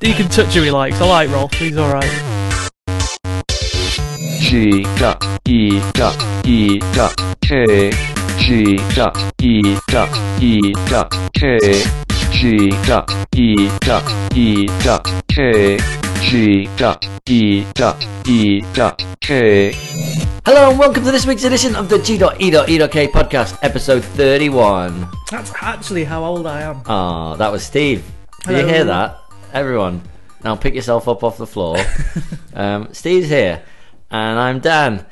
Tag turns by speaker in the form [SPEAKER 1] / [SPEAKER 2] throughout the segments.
[SPEAKER 1] He can touch who he likes. I like Rolf. He's alright.
[SPEAKER 2] G dot E dot E dot K G dot E dot E dot K G dot E dot E dot K G dot E dot E dot K
[SPEAKER 3] Hello and welcome to this week's edition of the E G.E.E.K podcast, episode 31.
[SPEAKER 1] That's actually how old I am.
[SPEAKER 3] Ah, that was Steve. Did you
[SPEAKER 1] Hello.
[SPEAKER 3] hear that? Everyone, now pick yourself up off the floor. um, Steve's here, and I'm Dan.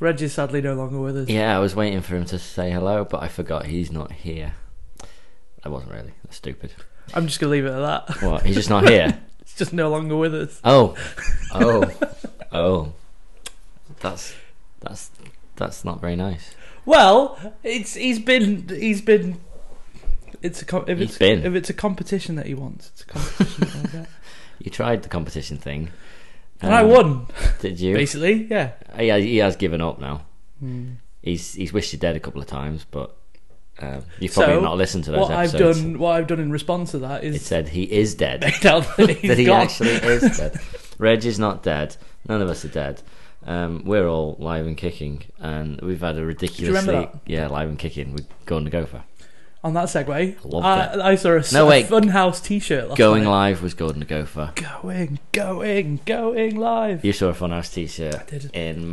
[SPEAKER 1] Reg is sadly no longer with us.
[SPEAKER 3] Yeah, I was waiting for him to say hello, but I forgot he's not here. That wasn't really. That's stupid.
[SPEAKER 1] I'm just gonna leave it at that.
[SPEAKER 3] What? He's just not here.
[SPEAKER 1] It's just no longer with us.
[SPEAKER 3] Oh, oh, oh. That's that's that's not very nice.
[SPEAKER 1] Well, it's he's been he's been. It's a com- if
[SPEAKER 3] He's
[SPEAKER 1] it's
[SPEAKER 3] been.
[SPEAKER 1] if it's a competition that he wants, it's a competition. I get.
[SPEAKER 3] You tried the competition thing,
[SPEAKER 1] and I
[SPEAKER 3] Um,
[SPEAKER 1] won
[SPEAKER 3] Did you?
[SPEAKER 1] basically. Yeah,
[SPEAKER 3] He has, he has given up now. Mm. He's he's wished you dead a couple of times, but um, you've probably
[SPEAKER 1] So,
[SPEAKER 3] not listened to those
[SPEAKER 1] what
[SPEAKER 3] episodes.
[SPEAKER 1] I've done what I've done in response to that
[SPEAKER 3] It
[SPEAKER 1] is
[SPEAKER 3] said he is dead.
[SPEAKER 1] made out that he's
[SPEAKER 3] that he
[SPEAKER 1] gone.
[SPEAKER 3] actually is dead. Reg is not dead. None of us are dead. Um, we're all live and kicking, and we've had a ridiculously
[SPEAKER 1] remember that?
[SPEAKER 3] yeah live and kicking. We're going to Gopher.
[SPEAKER 1] On that segue,
[SPEAKER 3] I love that.
[SPEAKER 1] I, I saw a, s-
[SPEAKER 3] No,
[SPEAKER 1] a
[SPEAKER 3] wait.
[SPEAKER 1] Funhouse T-shirt. Last
[SPEAKER 3] Going
[SPEAKER 1] night.
[SPEAKER 3] live was Gordon to Gopher.
[SPEAKER 1] going, going, going live.
[SPEAKER 3] You saw a Funhouse T-shirt
[SPEAKER 1] did.
[SPEAKER 3] in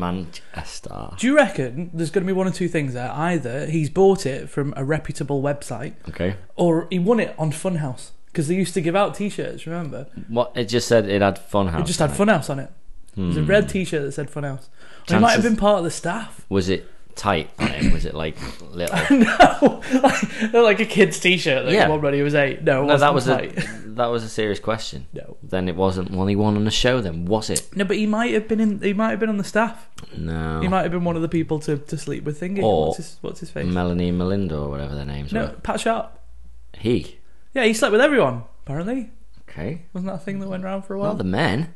[SPEAKER 3] Manchester.
[SPEAKER 1] Do you reckon there's going to be one or two things there? Either he's bought it from a reputable website,
[SPEAKER 3] Okay,
[SPEAKER 1] or he won it on Funhouse because they used to give out T-shirts. Remember,
[SPEAKER 3] what it just said it had Funhouse.
[SPEAKER 1] it just had
[SPEAKER 3] on
[SPEAKER 1] Funhouse on it. It was a red T-shirt that said Funhouse. Or he might have
[SPEAKER 3] Hmm. Chances-
[SPEAKER 1] been part of the staff.
[SPEAKER 3] Was it tight on it? Was it like little?
[SPEAKER 1] no, like, they're like a kid's T-shirt. Like
[SPEAKER 3] Yeah.
[SPEAKER 1] one buddy was eight. No, it
[SPEAKER 3] no, that
[SPEAKER 1] wasn't
[SPEAKER 3] was
[SPEAKER 1] tight.
[SPEAKER 3] a that was a serious question.
[SPEAKER 1] no.
[SPEAKER 3] Then it wasn't one he won on the show. Then was it?
[SPEAKER 1] No, but he might have been in. He might have been on the staff.
[SPEAKER 3] No.
[SPEAKER 1] He might have been one of the people to, to sleep with Thingy.
[SPEAKER 3] Oh. Or-
[SPEAKER 1] what's his What's his face?
[SPEAKER 3] Melanie and Melinda or whatever their names
[SPEAKER 1] no,
[SPEAKER 3] were.
[SPEAKER 1] Pat Sharp.
[SPEAKER 3] He.
[SPEAKER 1] Yeah, he slept with everyone. Apparently,
[SPEAKER 3] Okay.
[SPEAKER 1] wasn't that a thing that went around for a
[SPEAKER 3] Well,
[SPEAKER 1] while?
[SPEAKER 3] the men.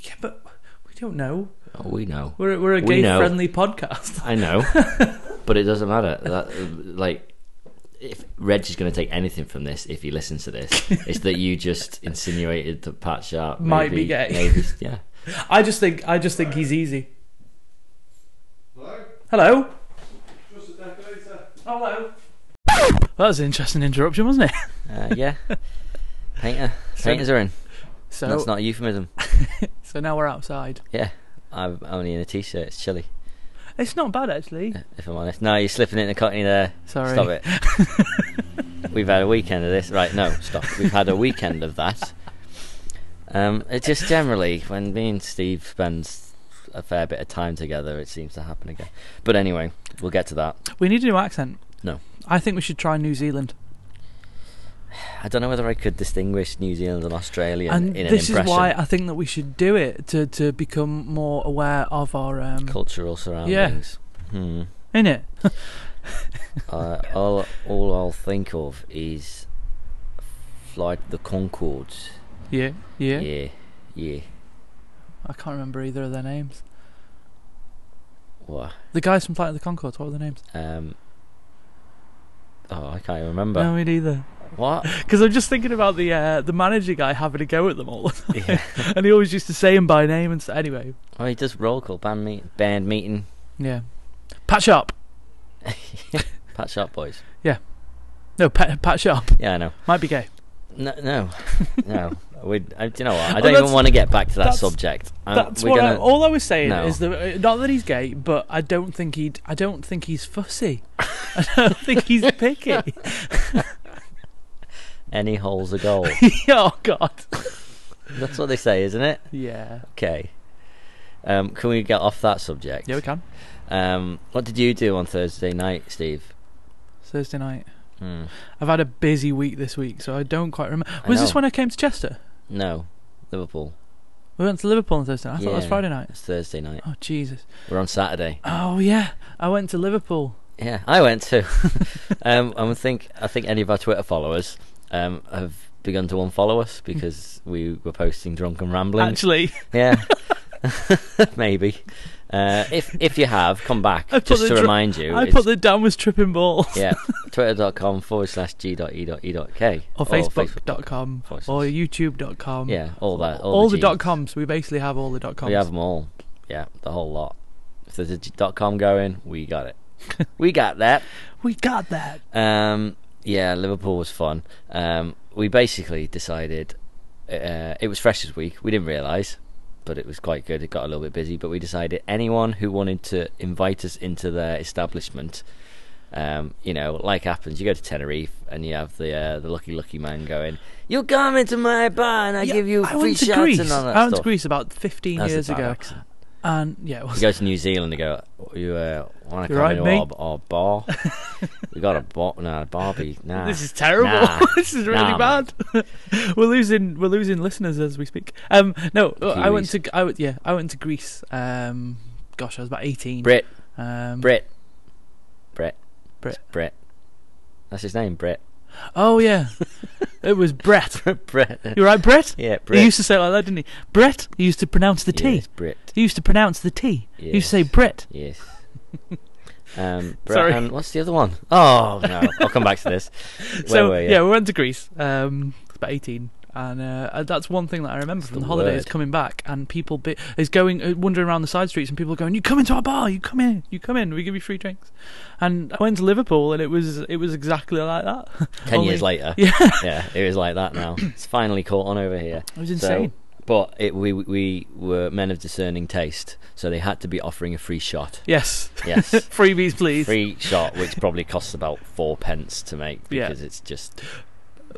[SPEAKER 1] Yeah, but we don't know.
[SPEAKER 3] Oh, we know.
[SPEAKER 1] We're we're a
[SPEAKER 3] We
[SPEAKER 1] gay
[SPEAKER 3] know.
[SPEAKER 1] friendly podcast.
[SPEAKER 3] I know. but it doesn't matter. That, like, if Reg is going to take anything from this, if he listens to this, it's that you just insinuated that Pat Sharp
[SPEAKER 1] Might
[SPEAKER 3] maybe-
[SPEAKER 1] be gay.
[SPEAKER 3] Maybe, yeah.
[SPEAKER 1] I just think I just think he's easy. Hello. Hello. Hello. That was an interesting interruption, wasn't it?
[SPEAKER 3] Uh, yeah. Painter. Painters are in.
[SPEAKER 1] So
[SPEAKER 3] That's not a euphemism.
[SPEAKER 1] so now we're outside.
[SPEAKER 3] Yeah. I'm only in a t-shirt. It's chilly.
[SPEAKER 1] It's not bad actually.
[SPEAKER 3] If I'm honest. No, you're slipping it in the cockney there.
[SPEAKER 1] Sorry.
[SPEAKER 3] Stop it. We've had a weekend of this. Right, no, stop. We've had a weekend of that. Um, it just generally, when me and Steve spend a fair bit of time together, it seems to happen again. But anyway, we'll get to that.
[SPEAKER 1] We need a new accent.
[SPEAKER 3] No.
[SPEAKER 1] I think we should try New Zealand.
[SPEAKER 3] I don't know whether I could distinguish New Zealand and Australia
[SPEAKER 1] and
[SPEAKER 3] in
[SPEAKER 1] this
[SPEAKER 3] an
[SPEAKER 1] is
[SPEAKER 3] impression.
[SPEAKER 1] why I think that we should do it to, to become more aware of our um,
[SPEAKER 3] Cultural surroundings. Hmm.
[SPEAKER 1] in it.
[SPEAKER 3] Uh, all, all I'll think of is Flight of the Concords.
[SPEAKER 1] Yeah, yeah,
[SPEAKER 3] yeah. yeah.
[SPEAKER 1] I can't remember either of their names.
[SPEAKER 3] What?
[SPEAKER 1] The guys from Flight of the Concords, what were their names?
[SPEAKER 3] Um, oh, I can't even remember.
[SPEAKER 1] no, me neither.
[SPEAKER 3] What?
[SPEAKER 1] Because I'm just thinking about the uh, the manager guy having a go at them all,
[SPEAKER 3] yeah.
[SPEAKER 1] and he always used to say him by name and stuff. Anyway,
[SPEAKER 3] Oh, he does roll call, band, meet, band meeting,
[SPEAKER 1] yeah. Pat Sharp.
[SPEAKER 3] patch up, boys.
[SPEAKER 1] No, Pat, Pat Sharp.
[SPEAKER 3] Yeah, I know.
[SPEAKER 1] Might be gay.
[SPEAKER 3] No, no, no. We, I, do you know what? I
[SPEAKER 1] Oh,
[SPEAKER 3] don't even
[SPEAKER 1] that's-
[SPEAKER 3] want to get back to that
[SPEAKER 1] that's-
[SPEAKER 3] subject. Um,
[SPEAKER 1] That's
[SPEAKER 3] we're
[SPEAKER 1] what I,
[SPEAKER 3] gonna,
[SPEAKER 1] all I was saying
[SPEAKER 3] No.
[SPEAKER 1] is that uh, not that he's gay, but I don't think he'd. I don't think he's fussy. I don't think he's picky.
[SPEAKER 3] any hole's a goal.
[SPEAKER 1] oh God.
[SPEAKER 3] that's what they say, isn't it?
[SPEAKER 1] Yeah.
[SPEAKER 3] Okay. Um, can we get off that subject?
[SPEAKER 1] Yeah, we can.
[SPEAKER 3] Um, what did you do on Thursday night, Steve?
[SPEAKER 1] Thursday night.
[SPEAKER 3] Hmm.
[SPEAKER 1] I've had a busy week this week, so I don't quite remember.
[SPEAKER 3] I
[SPEAKER 1] Was this
[SPEAKER 3] know.
[SPEAKER 1] when I came to Chester?
[SPEAKER 3] No, Liverpool.
[SPEAKER 1] We went to Liverpool on Thursday night. I thought it was
[SPEAKER 3] Yeah.
[SPEAKER 1] Friday night.
[SPEAKER 3] It's Thursday night.
[SPEAKER 1] Oh Jesus.
[SPEAKER 3] We're on Saturday.
[SPEAKER 1] Oh yeah. I went to Liverpool.
[SPEAKER 3] Yeah, I went too. um, I would think I think any of our Twitter followers um, have begun to unfollow us because we were posting drunken ramblings.
[SPEAKER 1] Actually,
[SPEAKER 3] Yeah, maybe. Uh, if if you have, come back
[SPEAKER 1] I put
[SPEAKER 3] just
[SPEAKER 1] the
[SPEAKER 3] to
[SPEAKER 1] dr-
[SPEAKER 3] remind you.
[SPEAKER 1] I
[SPEAKER 3] it's-
[SPEAKER 1] put the downwards tripping balls.
[SPEAKER 3] yeah, twitter.com forward slash e g.e.e.k.
[SPEAKER 1] Or facebook.com
[SPEAKER 3] forward slash-
[SPEAKER 1] or youtube.com.
[SPEAKER 3] Yeah, all that. All,
[SPEAKER 1] All, the, dot
[SPEAKER 3] Gs.
[SPEAKER 1] coms. We basically have all the dot coms.
[SPEAKER 3] We have them all. Yeah, the whole lot. If there's a g- dot com going, we got it. we got that.
[SPEAKER 1] We got that.
[SPEAKER 3] Um, yeah, Liverpool was fun. Um, we basically decided uh, it was Freshers Week. We didn't realise, but it was quite good. It got a little bit busy, but we decided anyone who wanted to invite us into their establishment. Um, you know, like happens, you go to Tenerife and you have the uh, the lucky lucky man going. You come into my bar and I
[SPEAKER 1] Yeah,
[SPEAKER 3] give you
[SPEAKER 1] I
[SPEAKER 3] free
[SPEAKER 1] went to
[SPEAKER 3] shots
[SPEAKER 1] Greece.
[SPEAKER 3] and all that
[SPEAKER 1] I went to
[SPEAKER 3] stuff.
[SPEAKER 1] Greece about 15
[SPEAKER 3] That's a
[SPEAKER 1] years
[SPEAKER 3] bad
[SPEAKER 1] ago.
[SPEAKER 3] accent.
[SPEAKER 1] And yeah, it
[SPEAKER 3] You
[SPEAKER 1] was.
[SPEAKER 3] go to New Zealand and go, you uh, want to
[SPEAKER 1] You
[SPEAKER 3] come
[SPEAKER 1] right,
[SPEAKER 3] into
[SPEAKER 1] mate?
[SPEAKER 3] our, our bar? we got a bar, no, a Barbie. Nah.
[SPEAKER 1] This is terrible.
[SPEAKER 3] Nah.
[SPEAKER 1] this is really
[SPEAKER 3] Nah, man.
[SPEAKER 1] bad. we're losing we're losing listeners as we speak. Um, no, I went
[SPEAKER 3] Kiwis.
[SPEAKER 1] to I went, yeah I went to Greece. Um, gosh, I was about 18.
[SPEAKER 3] Brit,
[SPEAKER 1] Um,
[SPEAKER 3] Brit, Brit,
[SPEAKER 1] Brit.
[SPEAKER 3] It's Brit. That's his name, Brit.
[SPEAKER 1] Oh yeah, it was Brett.
[SPEAKER 3] Brit.
[SPEAKER 1] You're right, Brett.
[SPEAKER 3] Yeah,
[SPEAKER 1] He
[SPEAKER 3] Brit.
[SPEAKER 1] used to say it like that, didn't he? Brett. He used to pronounce the T.
[SPEAKER 3] Yes, Brit.
[SPEAKER 1] He used to pronounce the T.
[SPEAKER 3] Yes.
[SPEAKER 1] He used to say Brett.
[SPEAKER 3] Yes. Um, Brit
[SPEAKER 1] Sorry.
[SPEAKER 3] and what's the other one? Oh no, I'll come back to this. Where
[SPEAKER 1] so
[SPEAKER 3] were you?
[SPEAKER 1] yeah, we went to Greece. Um, I was about eighteen, and uh, that's one thing that I remember from
[SPEAKER 3] the
[SPEAKER 1] the holiday is
[SPEAKER 3] word.
[SPEAKER 1] coming back and people be- is going uh, wandering around the side streets and people are going, "You come into our bar, you come in, you come in, we give you free drinks." And I went to Liverpool, and it was it was exactly like that.
[SPEAKER 3] Ten
[SPEAKER 1] Only-
[SPEAKER 3] years later.
[SPEAKER 1] Yeah,
[SPEAKER 3] yeah, it was like that now. It's finally caught on over here.
[SPEAKER 1] it was
[SPEAKER 3] So-
[SPEAKER 1] insane.
[SPEAKER 3] but it, we we were men of discerning taste, so they had to be offering a free shot.
[SPEAKER 1] yes,
[SPEAKER 3] Yes,
[SPEAKER 1] freebies, please.
[SPEAKER 3] free shot, which probably costs about four pence to make
[SPEAKER 1] Yeah.
[SPEAKER 3] because it's just.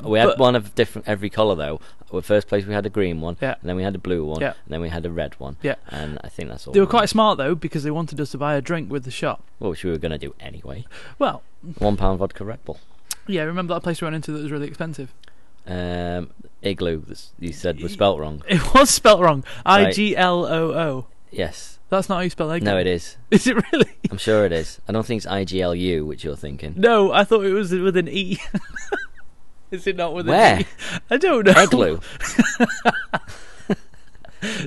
[SPEAKER 3] We had
[SPEAKER 1] But-
[SPEAKER 3] one of different every color though. Well, first place we had a green one,
[SPEAKER 1] Yeah.
[SPEAKER 3] and then we had a blue one,
[SPEAKER 1] Yeah.
[SPEAKER 3] and then we had a red one.
[SPEAKER 1] Yeah.
[SPEAKER 3] and I think that's all.
[SPEAKER 1] They were
[SPEAKER 3] we
[SPEAKER 1] quite
[SPEAKER 3] had,
[SPEAKER 1] smart though because they wanted us to buy a drink with the shop.
[SPEAKER 3] which we were going to do anyway.
[SPEAKER 1] Well,
[SPEAKER 3] One pound vodka Red Bull.
[SPEAKER 1] yeah, remember that place we went into that was really expensive.
[SPEAKER 3] Um, igloo. that's- You said was spelt wrong.
[SPEAKER 1] It was spelt wrong.
[SPEAKER 3] Right.
[SPEAKER 1] I G L O O.
[SPEAKER 3] Yes.
[SPEAKER 1] That's not how you spell egg.
[SPEAKER 3] No, it is.
[SPEAKER 1] Is it really?
[SPEAKER 3] I'm sure it is. I don't think it's I G L U, which you're thinking.
[SPEAKER 1] No, I thought it was with an E. Is it not with
[SPEAKER 3] Where?
[SPEAKER 1] an E? I don't know.
[SPEAKER 3] Igloo.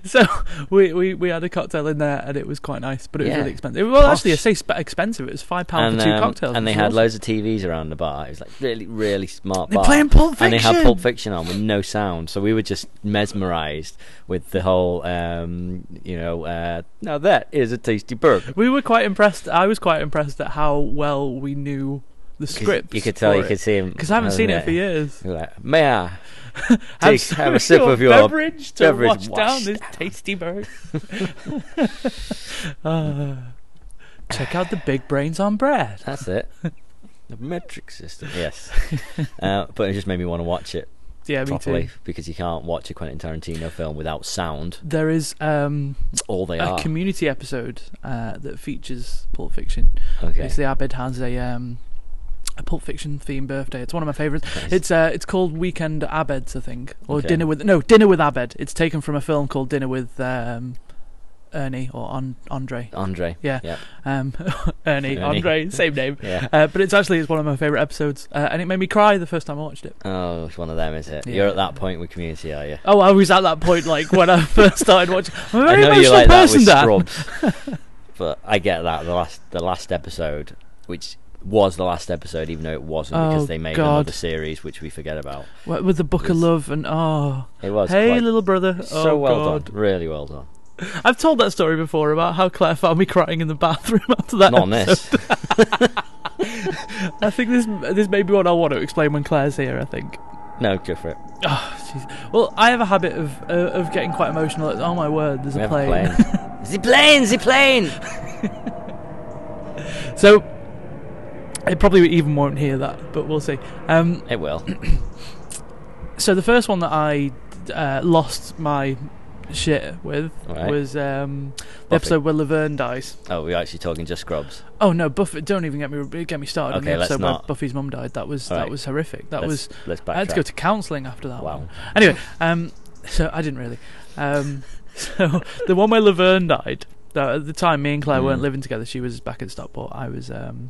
[SPEAKER 1] So we, we, we had a cocktail in there and it was quite nice, but it was
[SPEAKER 3] Yeah.
[SPEAKER 1] really expensive. Well, actually, I
[SPEAKER 3] Posh.
[SPEAKER 1] say sp- expensive. It was five pound for two
[SPEAKER 3] um,
[SPEAKER 1] cocktails.
[SPEAKER 3] and they
[SPEAKER 1] which
[SPEAKER 3] had
[SPEAKER 1] was-
[SPEAKER 3] loads of TVs around the bar. It was like really, really smart
[SPEAKER 1] They're
[SPEAKER 3] bar.
[SPEAKER 1] playing Pulp Fiction.
[SPEAKER 3] and they had Pulp Fiction on with no sound, so we were just mesmerised with the whole, um, you know, uh, now that is a tasty burger.
[SPEAKER 1] We were quite impressed. I was quite impressed at how well we knew the
[SPEAKER 3] 'Cause
[SPEAKER 1] script.
[SPEAKER 3] You could tell, you could see him.
[SPEAKER 1] because I haven't seen it for
[SPEAKER 3] you.
[SPEAKER 1] years.
[SPEAKER 3] Like, May I
[SPEAKER 1] Have
[SPEAKER 3] take,
[SPEAKER 1] some
[SPEAKER 3] have a sip of your
[SPEAKER 1] beverage to
[SPEAKER 3] beverage
[SPEAKER 1] wash down
[SPEAKER 3] washed
[SPEAKER 1] this tasty bird. uh, check out the big brains on bread.
[SPEAKER 3] That's it. The metric system, yes, uh, but it just made me want to watch it
[SPEAKER 1] Yeah, me too.
[SPEAKER 3] properly because you can't watch a Quentin Tarantino film without sound.
[SPEAKER 1] There is um,
[SPEAKER 3] It's all they
[SPEAKER 1] a
[SPEAKER 3] are.
[SPEAKER 1] community episode uh, that features Pulp Fiction.
[SPEAKER 3] okay,
[SPEAKER 1] Basically, Abed has a um, a Pulp Fiction themed birthday. It's one of my favourites.
[SPEAKER 3] Nice.
[SPEAKER 1] It's uh, it's called Weekend at Abed's, I think, or
[SPEAKER 3] Okay.
[SPEAKER 1] Dinner with no Dinner with Abed. It's taken from a film called Dinner with um, Ernie or An- Andre.
[SPEAKER 3] Andre.
[SPEAKER 1] Yeah,
[SPEAKER 3] Yeah.
[SPEAKER 1] Um, Ernie,
[SPEAKER 3] Oh. Ernie.
[SPEAKER 1] Andre, same name.
[SPEAKER 3] Yeah.
[SPEAKER 1] Uh, but it's actually it's one of my favourite episodes, uh, and it made me cry the first time I watched it.
[SPEAKER 3] Oh, it's one of them, is it?
[SPEAKER 1] Yeah.
[SPEAKER 3] You're at that point with community, are you?
[SPEAKER 1] Oh, I was at that point, like when I first started watching. I'm a
[SPEAKER 3] I
[SPEAKER 1] very
[SPEAKER 3] know
[SPEAKER 1] emotional
[SPEAKER 3] you like
[SPEAKER 1] person,
[SPEAKER 3] that
[SPEAKER 1] Dan.
[SPEAKER 3] with Scrubs, but I get that the last the last episode, which was the last episode, even though it wasn't,
[SPEAKER 1] Oh,
[SPEAKER 3] because they made
[SPEAKER 1] God.
[SPEAKER 3] another series which we forget about.
[SPEAKER 1] What, with the book of
[SPEAKER 3] Yes.
[SPEAKER 1] love and oh,
[SPEAKER 3] It was
[SPEAKER 1] hey
[SPEAKER 3] quite-
[SPEAKER 1] little brother,
[SPEAKER 3] so
[SPEAKER 1] oh,
[SPEAKER 3] well
[SPEAKER 1] God.
[SPEAKER 3] done, really well done.
[SPEAKER 1] I've told that story before about how Claire found me crying in the bathroom after that.
[SPEAKER 3] Not on this.
[SPEAKER 1] I think this this may be what I want to explain when Claire's here. I think.
[SPEAKER 3] no, go for it.
[SPEAKER 1] Oh, jeez. Well, I have a habit of uh, of getting quite emotional. At, oh my word, there's
[SPEAKER 3] We
[SPEAKER 1] a
[SPEAKER 3] have a
[SPEAKER 1] plane.
[SPEAKER 3] plane. the plane, the plane.
[SPEAKER 1] So it probably even won't hear that, but we'll see. Um,
[SPEAKER 3] It will.
[SPEAKER 1] so the first one that I uh, lost my shit with
[SPEAKER 3] Alright.
[SPEAKER 1] was um, the
[SPEAKER 3] Buffy.
[SPEAKER 1] episode where Laverne dies.
[SPEAKER 3] Oh, we're actually talking just Scrubs.
[SPEAKER 1] Oh no, Buffy! Don't even get me get me started on the
[SPEAKER 3] Okay, let's
[SPEAKER 1] episode where
[SPEAKER 3] not.
[SPEAKER 1] Buffy's mum died. That was that
[SPEAKER 3] Alright.
[SPEAKER 1] was horrific. That
[SPEAKER 3] let's,
[SPEAKER 1] was
[SPEAKER 3] Let's backtrack.
[SPEAKER 1] I had to go to counselling after that.
[SPEAKER 3] Wow.
[SPEAKER 1] One. Anyway, um, so I didn't really. Um, so the one where Laverne died. Though at the time, me and Claire weren't
[SPEAKER 3] Mm.
[SPEAKER 1] living together. She was back at Stockport. I was. Um,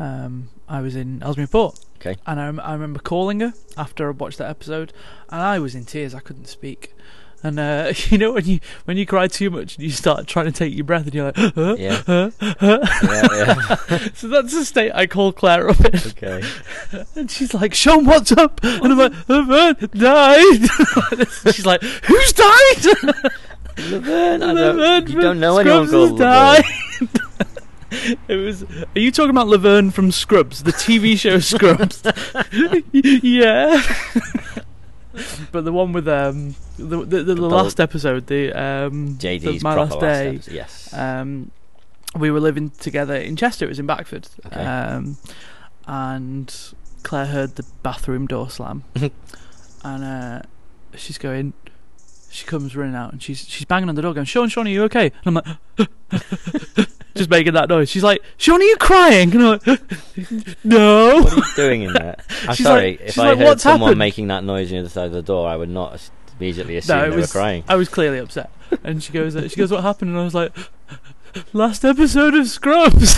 [SPEAKER 1] um, I was in Ellesmere Port.
[SPEAKER 3] Okay.
[SPEAKER 1] And I, rem- I remember calling her after I watched that episode, and I was in tears. I couldn't speak. And uh, you know when you when you cry too much and you start trying to take your breath and you're like, huh,
[SPEAKER 3] Yeah.
[SPEAKER 1] huh, huh.
[SPEAKER 3] yeah, yeah.
[SPEAKER 1] so that's the state I call Claire up in.
[SPEAKER 3] Okay.
[SPEAKER 1] And she's like, Sean, what's up? And I'm like, I've died. She's like, who's died?
[SPEAKER 3] Laverne, I
[SPEAKER 1] Laverne
[SPEAKER 3] don't, you don't
[SPEAKER 1] from
[SPEAKER 3] know anyone
[SPEAKER 1] Scrubs
[SPEAKER 3] called
[SPEAKER 1] has
[SPEAKER 3] Laverne.
[SPEAKER 1] died. It was. Are you talking about Laverne from Scrubs, the TV show Scrubs? yeah. but the one with um the the, the,
[SPEAKER 3] The
[SPEAKER 1] last episode, the um the
[SPEAKER 3] JD's
[SPEAKER 1] my
[SPEAKER 3] proper
[SPEAKER 1] last day.
[SPEAKER 3] episode, Yes.
[SPEAKER 1] Um, we were living together in Chester. It was in Backford.
[SPEAKER 3] Okay.
[SPEAKER 1] Um, and Claire heard the bathroom door slam, and uh, she's going. She comes running out and she's she's banging on the door, going, "Sean, Sean, are you okay?" And I'm like, just making that noise. She's like, "Sean, are you crying?" And I'm like, "No."
[SPEAKER 3] what are you doing in there? I'm
[SPEAKER 1] She's
[SPEAKER 3] sorry.
[SPEAKER 1] like- she's
[SPEAKER 3] if I
[SPEAKER 1] like,
[SPEAKER 3] heard
[SPEAKER 1] "What's
[SPEAKER 3] someone
[SPEAKER 1] happened?"
[SPEAKER 3] making that noise on the other side of the door, I would not as- immediately assume
[SPEAKER 1] it
[SPEAKER 3] they
[SPEAKER 1] was-
[SPEAKER 3] were crying.
[SPEAKER 1] I was clearly upset, and she goes, uh, "She goes, what happened?" And I was like, "Last episode of Scrubs."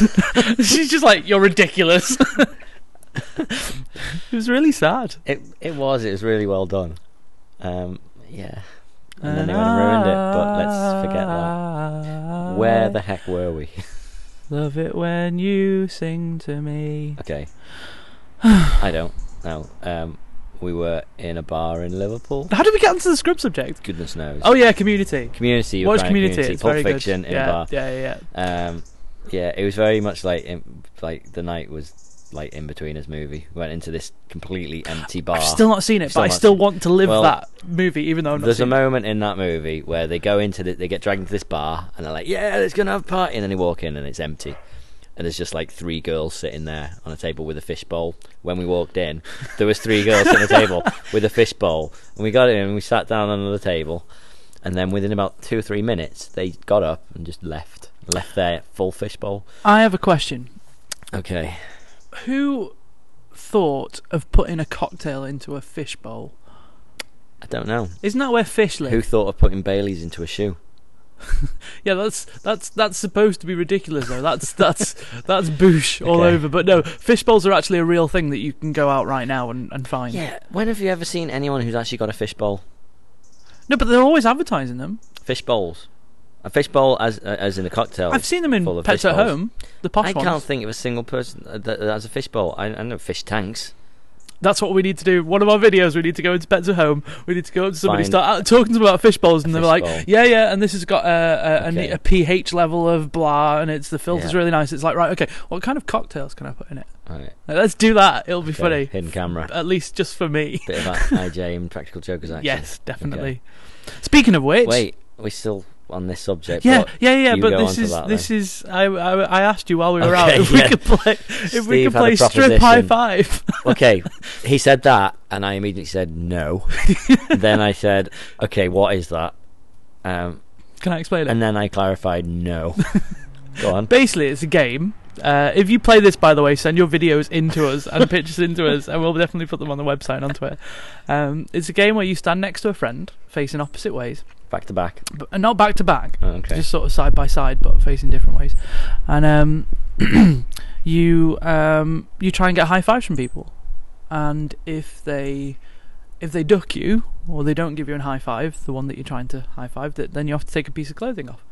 [SPEAKER 1] She's just like, "You're ridiculous." it was really sad.
[SPEAKER 3] It it was. It was really well done. Um, yeah. And then they went and ruined it, but let's forget that.
[SPEAKER 1] that.
[SPEAKER 3] Where the heck were we?
[SPEAKER 1] love it when you sing to me.
[SPEAKER 3] Okay. I don't know. Um, we were in a bar in Liverpool.
[SPEAKER 1] How did we get onto the Scrubs subject?
[SPEAKER 3] Goodness knows.
[SPEAKER 1] Oh yeah, Community.
[SPEAKER 3] Community. you were
[SPEAKER 1] Watch
[SPEAKER 3] crying
[SPEAKER 1] Community. It's
[SPEAKER 3] Pulp
[SPEAKER 1] very
[SPEAKER 3] Fiction
[SPEAKER 1] good.
[SPEAKER 3] in
[SPEAKER 1] yeah,
[SPEAKER 3] a bar.
[SPEAKER 1] yeah, yeah, yeah.
[SPEAKER 3] Um, yeah, it was very much like in, like the night was like in between his movie. Went into this completely empty bar.
[SPEAKER 1] I've still not seen it,
[SPEAKER 3] Still
[SPEAKER 1] but I
[SPEAKER 3] not
[SPEAKER 1] still
[SPEAKER 3] seen it.
[SPEAKER 1] want to live
[SPEAKER 3] Well,
[SPEAKER 1] that movie, even though I'm not.
[SPEAKER 3] There's a
[SPEAKER 1] seen it.
[SPEAKER 3] moment in that movie where they go into the, they get dragged into this bar and they're like, yeah, let's go and have a party, and then they walk in and it's empty. And there's just like three girls sitting there on a table with a fish bowl. When we walked in, there was three girls on a table with a fish bowl, and we got in and we sat down on another table, and then within about two or three minutes, they got up and just left, left their full fish bowl.
[SPEAKER 1] I have a question.
[SPEAKER 3] Okay,
[SPEAKER 1] Who thought of putting a cocktail into a fish bowl?
[SPEAKER 3] I don't know.
[SPEAKER 1] Isn't that where fish live?
[SPEAKER 3] Who thought of putting Bailey's into a shoe?
[SPEAKER 1] Yeah, that's that's that's supposed to be ridiculous though. That's that's that's boosh all
[SPEAKER 3] Okay.
[SPEAKER 1] over. But no, fish bowls are actually a real thing that you can go out right now and, and find.
[SPEAKER 3] Yeah. When have you ever seen anyone who's actually got a fish bowl?
[SPEAKER 1] No, but they're always advertising them.
[SPEAKER 3] Fish bowls. A fish bowl as uh, as in a cocktail.
[SPEAKER 1] I've seen them in
[SPEAKER 3] Oh, full of
[SPEAKER 1] Pets
[SPEAKER 3] fish
[SPEAKER 1] at
[SPEAKER 3] bowls.
[SPEAKER 1] Home, the posh
[SPEAKER 3] I can't
[SPEAKER 1] ones.
[SPEAKER 3] think of a single person that, that has a fish bowl. I, I know fish tanks.
[SPEAKER 1] That's what we need to do. One of our videos, we need to go into Pets at Home. We need to go up to somebody,
[SPEAKER 3] Find
[SPEAKER 1] start out talking to them about fish bowls, and
[SPEAKER 3] a
[SPEAKER 1] they're
[SPEAKER 3] fish
[SPEAKER 1] like,
[SPEAKER 3] bowl.
[SPEAKER 1] "Yeah, yeah," and this has got uh, a, a,
[SPEAKER 3] Okay.
[SPEAKER 1] a, a pH level of blah, and it's the filter's
[SPEAKER 3] Yeah.
[SPEAKER 1] really nice. It's like, right, okay, what kind of cocktails can I put in it?
[SPEAKER 3] Right.
[SPEAKER 1] Like, let's do that. It'll be
[SPEAKER 3] okay,
[SPEAKER 1] funny,
[SPEAKER 3] Hidden camera.
[SPEAKER 1] at least just for me.
[SPEAKER 3] Bit of IJ and practical jokers action.
[SPEAKER 1] Yes, definitely. Speaking of which,
[SPEAKER 3] Wait, we're still on this subject.
[SPEAKER 1] yeah,
[SPEAKER 3] but
[SPEAKER 1] yeah, yeah.
[SPEAKER 3] you
[SPEAKER 1] But
[SPEAKER 3] go
[SPEAKER 1] this
[SPEAKER 3] on to
[SPEAKER 1] is
[SPEAKER 3] that
[SPEAKER 1] this is. I, I I asked you while we were out
[SPEAKER 3] Okay,
[SPEAKER 1] if we
[SPEAKER 3] yeah.
[SPEAKER 1] could play if we
[SPEAKER 3] Steve
[SPEAKER 1] could
[SPEAKER 3] had a
[SPEAKER 1] play strip high
[SPEAKER 3] proposition.
[SPEAKER 1] five.
[SPEAKER 3] okay, he said that, and I immediately said no. then I said, okay, what is that? Um,
[SPEAKER 1] Can I explain it?
[SPEAKER 3] and then I clarified no. Go on.
[SPEAKER 1] Basically, it's a game. Uh, if you play this, by the way, send your videos into us and pictures into us, and we'll definitely put them on the website and on Twitter. Um, it's a game where you stand next to a friend, facing opposite ways,
[SPEAKER 3] Back to back.
[SPEAKER 1] but and not back to back,
[SPEAKER 3] Oh, okay.
[SPEAKER 1] just sort of side by side, but facing different ways. And um, you um, you try and get high fives from people, and if they if they duck you or they don't give you a high five, the one that you're trying to high five, th- then you have to take a piece of clothing off.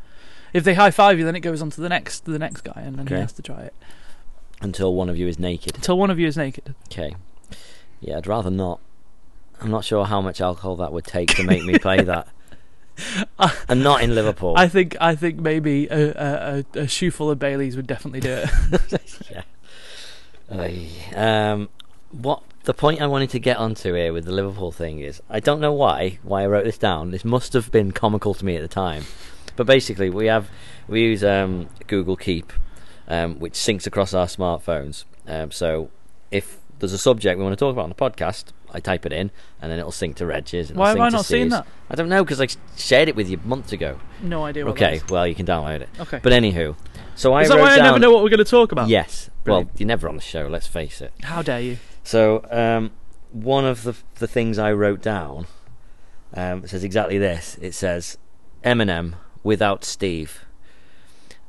[SPEAKER 1] If they high five you, then it goes on to the next to the next guy, and then he
[SPEAKER 3] Okay.
[SPEAKER 1] has to try it
[SPEAKER 3] Until one of you is naked.
[SPEAKER 1] until one of you is naked.
[SPEAKER 3] Okay. Yeah, I'd rather not. I'm not sure how much alcohol that would take to make me play that. and not in Liverpool.
[SPEAKER 1] I think I think maybe a, a, a, a shoe full of Baileys would definitely do it.
[SPEAKER 3] Aye. um, what the point I wanted to get onto here with the Liverpool thing is, I don't know why why I wrote this down. This must have been comical to me at the time, but basically we have we use um, Google Keep, um, which syncs across our smartphones. Um, so if there's a subject we want to talk about on the podcast, I type it in, and then it'll sync to Reg's. and it'll
[SPEAKER 1] Why have
[SPEAKER 3] sync
[SPEAKER 1] I
[SPEAKER 3] to
[SPEAKER 1] not seen
[SPEAKER 3] Steve's.
[SPEAKER 1] that?
[SPEAKER 3] I don't know because I s- shared it with you months ago.
[SPEAKER 1] No idea. What
[SPEAKER 3] Okay,
[SPEAKER 1] That
[SPEAKER 3] well you can download it.
[SPEAKER 1] is. Okay.
[SPEAKER 3] But anywho, so I
[SPEAKER 1] is that
[SPEAKER 3] wrote
[SPEAKER 1] why I
[SPEAKER 3] down.
[SPEAKER 1] never know what we're going to talk about?
[SPEAKER 3] Yes.
[SPEAKER 1] Brilliant.
[SPEAKER 3] Well, you're never on the show. Let's face it.
[SPEAKER 1] How dare you?
[SPEAKER 3] So um, one of the the things I wrote down um, says exactly this. It says Eminem without Steve,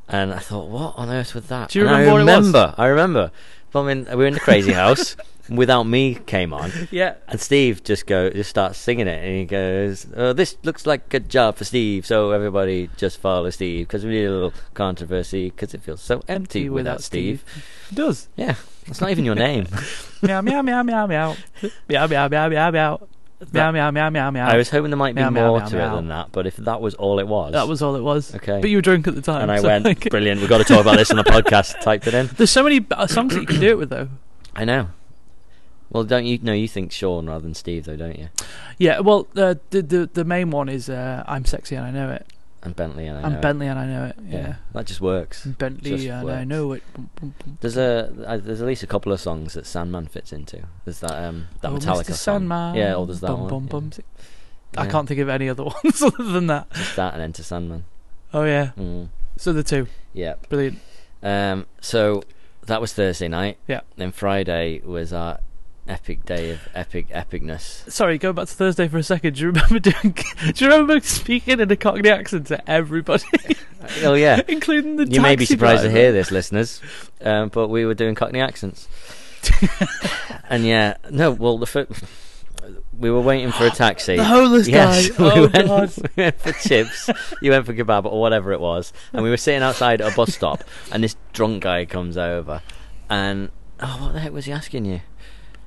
[SPEAKER 3] and I thought, what on earth was that?
[SPEAKER 1] Do you
[SPEAKER 3] And
[SPEAKER 1] remember
[SPEAKER 3] I
[SPEAKER 1] what it was?
[SPEAKER 3] remember. I remember Plumbing. We were in the crazy house. Without me came on,
[SPEAKER 1] Yeah.
[SPEAKER 3] and Steve just go just starts singing it, and he goes, oh, "This looks like a job for Steve, so everybody just follow Steve because we need a little controversy because it feels so empty without, Steve.
[SPEAKER 1] It does.
[SPEAKER 3] Yeah, that's not even your name.
[SPEAKER 1] meow meow meow meow meow. meow meow meow meow meow. Meow meow meow meow meow.
[SPEAKER 3] I was hoping there might be
[SPEAKER 1] Meow, meow,
[SPEAKER 3] more
[SPEAKER 1] meow,
[SPEAKER 3] to
[SPEAKER 1] meow.
[SPEAKER 3] it than that, but if that was all it was,
[SPEAKER 1] that was all it was.
[SPEAKER 3] Okay.
[SPEAKER 1] But you were drunk at the time.
[SPEAKER 3] and I
[SPEAKER 1] so
[SPEAKER 3] went
[SPEAKER 1] like-
[SPEAKER 3] brilliant. We've got to talk about this on the podcast. Typed it in.
[SPEAKER 1] There's so many b- songs that you can do it with though.
[SPEAKER 3] I know. Well, don't you? No, you think Sean rather than Steve, though, don't you?
[SPEAKER 1] Yeah. Well, uh, the the the main one is uh, I'm sexy and I know it.
[SPEAKER 3] And Bentley and I. know
[SPEAKER 1] I'm
[SPEAKER 3] it.
[SPEAKER 1] Bentley and I know it. Yeah. Mm.
[SPEAKER 3] that just works.
[SPEAKER 1] I'm Bentley
[SPEAKER 3] Just
[SPEAKER 1] and I
[SPEAKER 3] works.
[SPEAKER 1] know it. Bum, bum, bum.
[SPEAKER 3] There's a uh, there's at least a couple of songs that Sandman fits into. There's that um that
[SPEAKER 1] oh,
[SPEAKER 3] Metallica
[SPEAKER 1] Mr.
[SPEAKER 3] song.
[SPEAKER 1] Sandman.
[SPEAKER 3] Yeah, or there's that
[SPEAKER 1] bum, Bum,
[SPEAKER 3] one. yeah.
[SPEAKER 1] bum. I
[SPEAKER 3] Yeah,
[SPEAKER 1] can't think of any other ones other than that.
[SPEAKER 3] Just that and Enter Sandman.
[SPEAKER 1] Oh yeah.
[SPEAKER 3] Mm,
[SPEAKER 1] So the two.
[SPEAKER 3] yeah.
[SPEAKER 1] Brilliant.
[SPEAKER 3] Um. So that was Thursday night.
[SPEAKER 1] Yeah.
[SPEAKER 3] Then Friday was our epic day of epic epicness.
[SPEAKER 1] Sorry, going back to Thursday for a second. Do you remember doing? Do you remember speaking in a Cockney accent to everybody,
[SPEAKER 3] oh yeah.
[SPEAKER 1] including the
[SPEAKER 3] You may be
[SPEAKER 1] taxi
[SPEAKER 3] surprised to
[SPEAKER 1] driver?
[SPEAKER 3] hear this, listeners, um, but we were doing Cockney accents. and yeah, no, well, the fir- we were waiting for a taxi.
[SPEAKER 1] The homeless
[SPEAKER 3] yes,
[SPEAKER 1] guy.
[SPEAKER 3] we,
[SPEAKER 1] oh
[SPEAKER 3] went,
[SPEAKER 1] god.
[SPEAKER 3] we went for chips. You went for kebab or whatever it was, and we were sitting outside a bus stop, and this drunk guy comes over, and oh, what the heck was he asking you?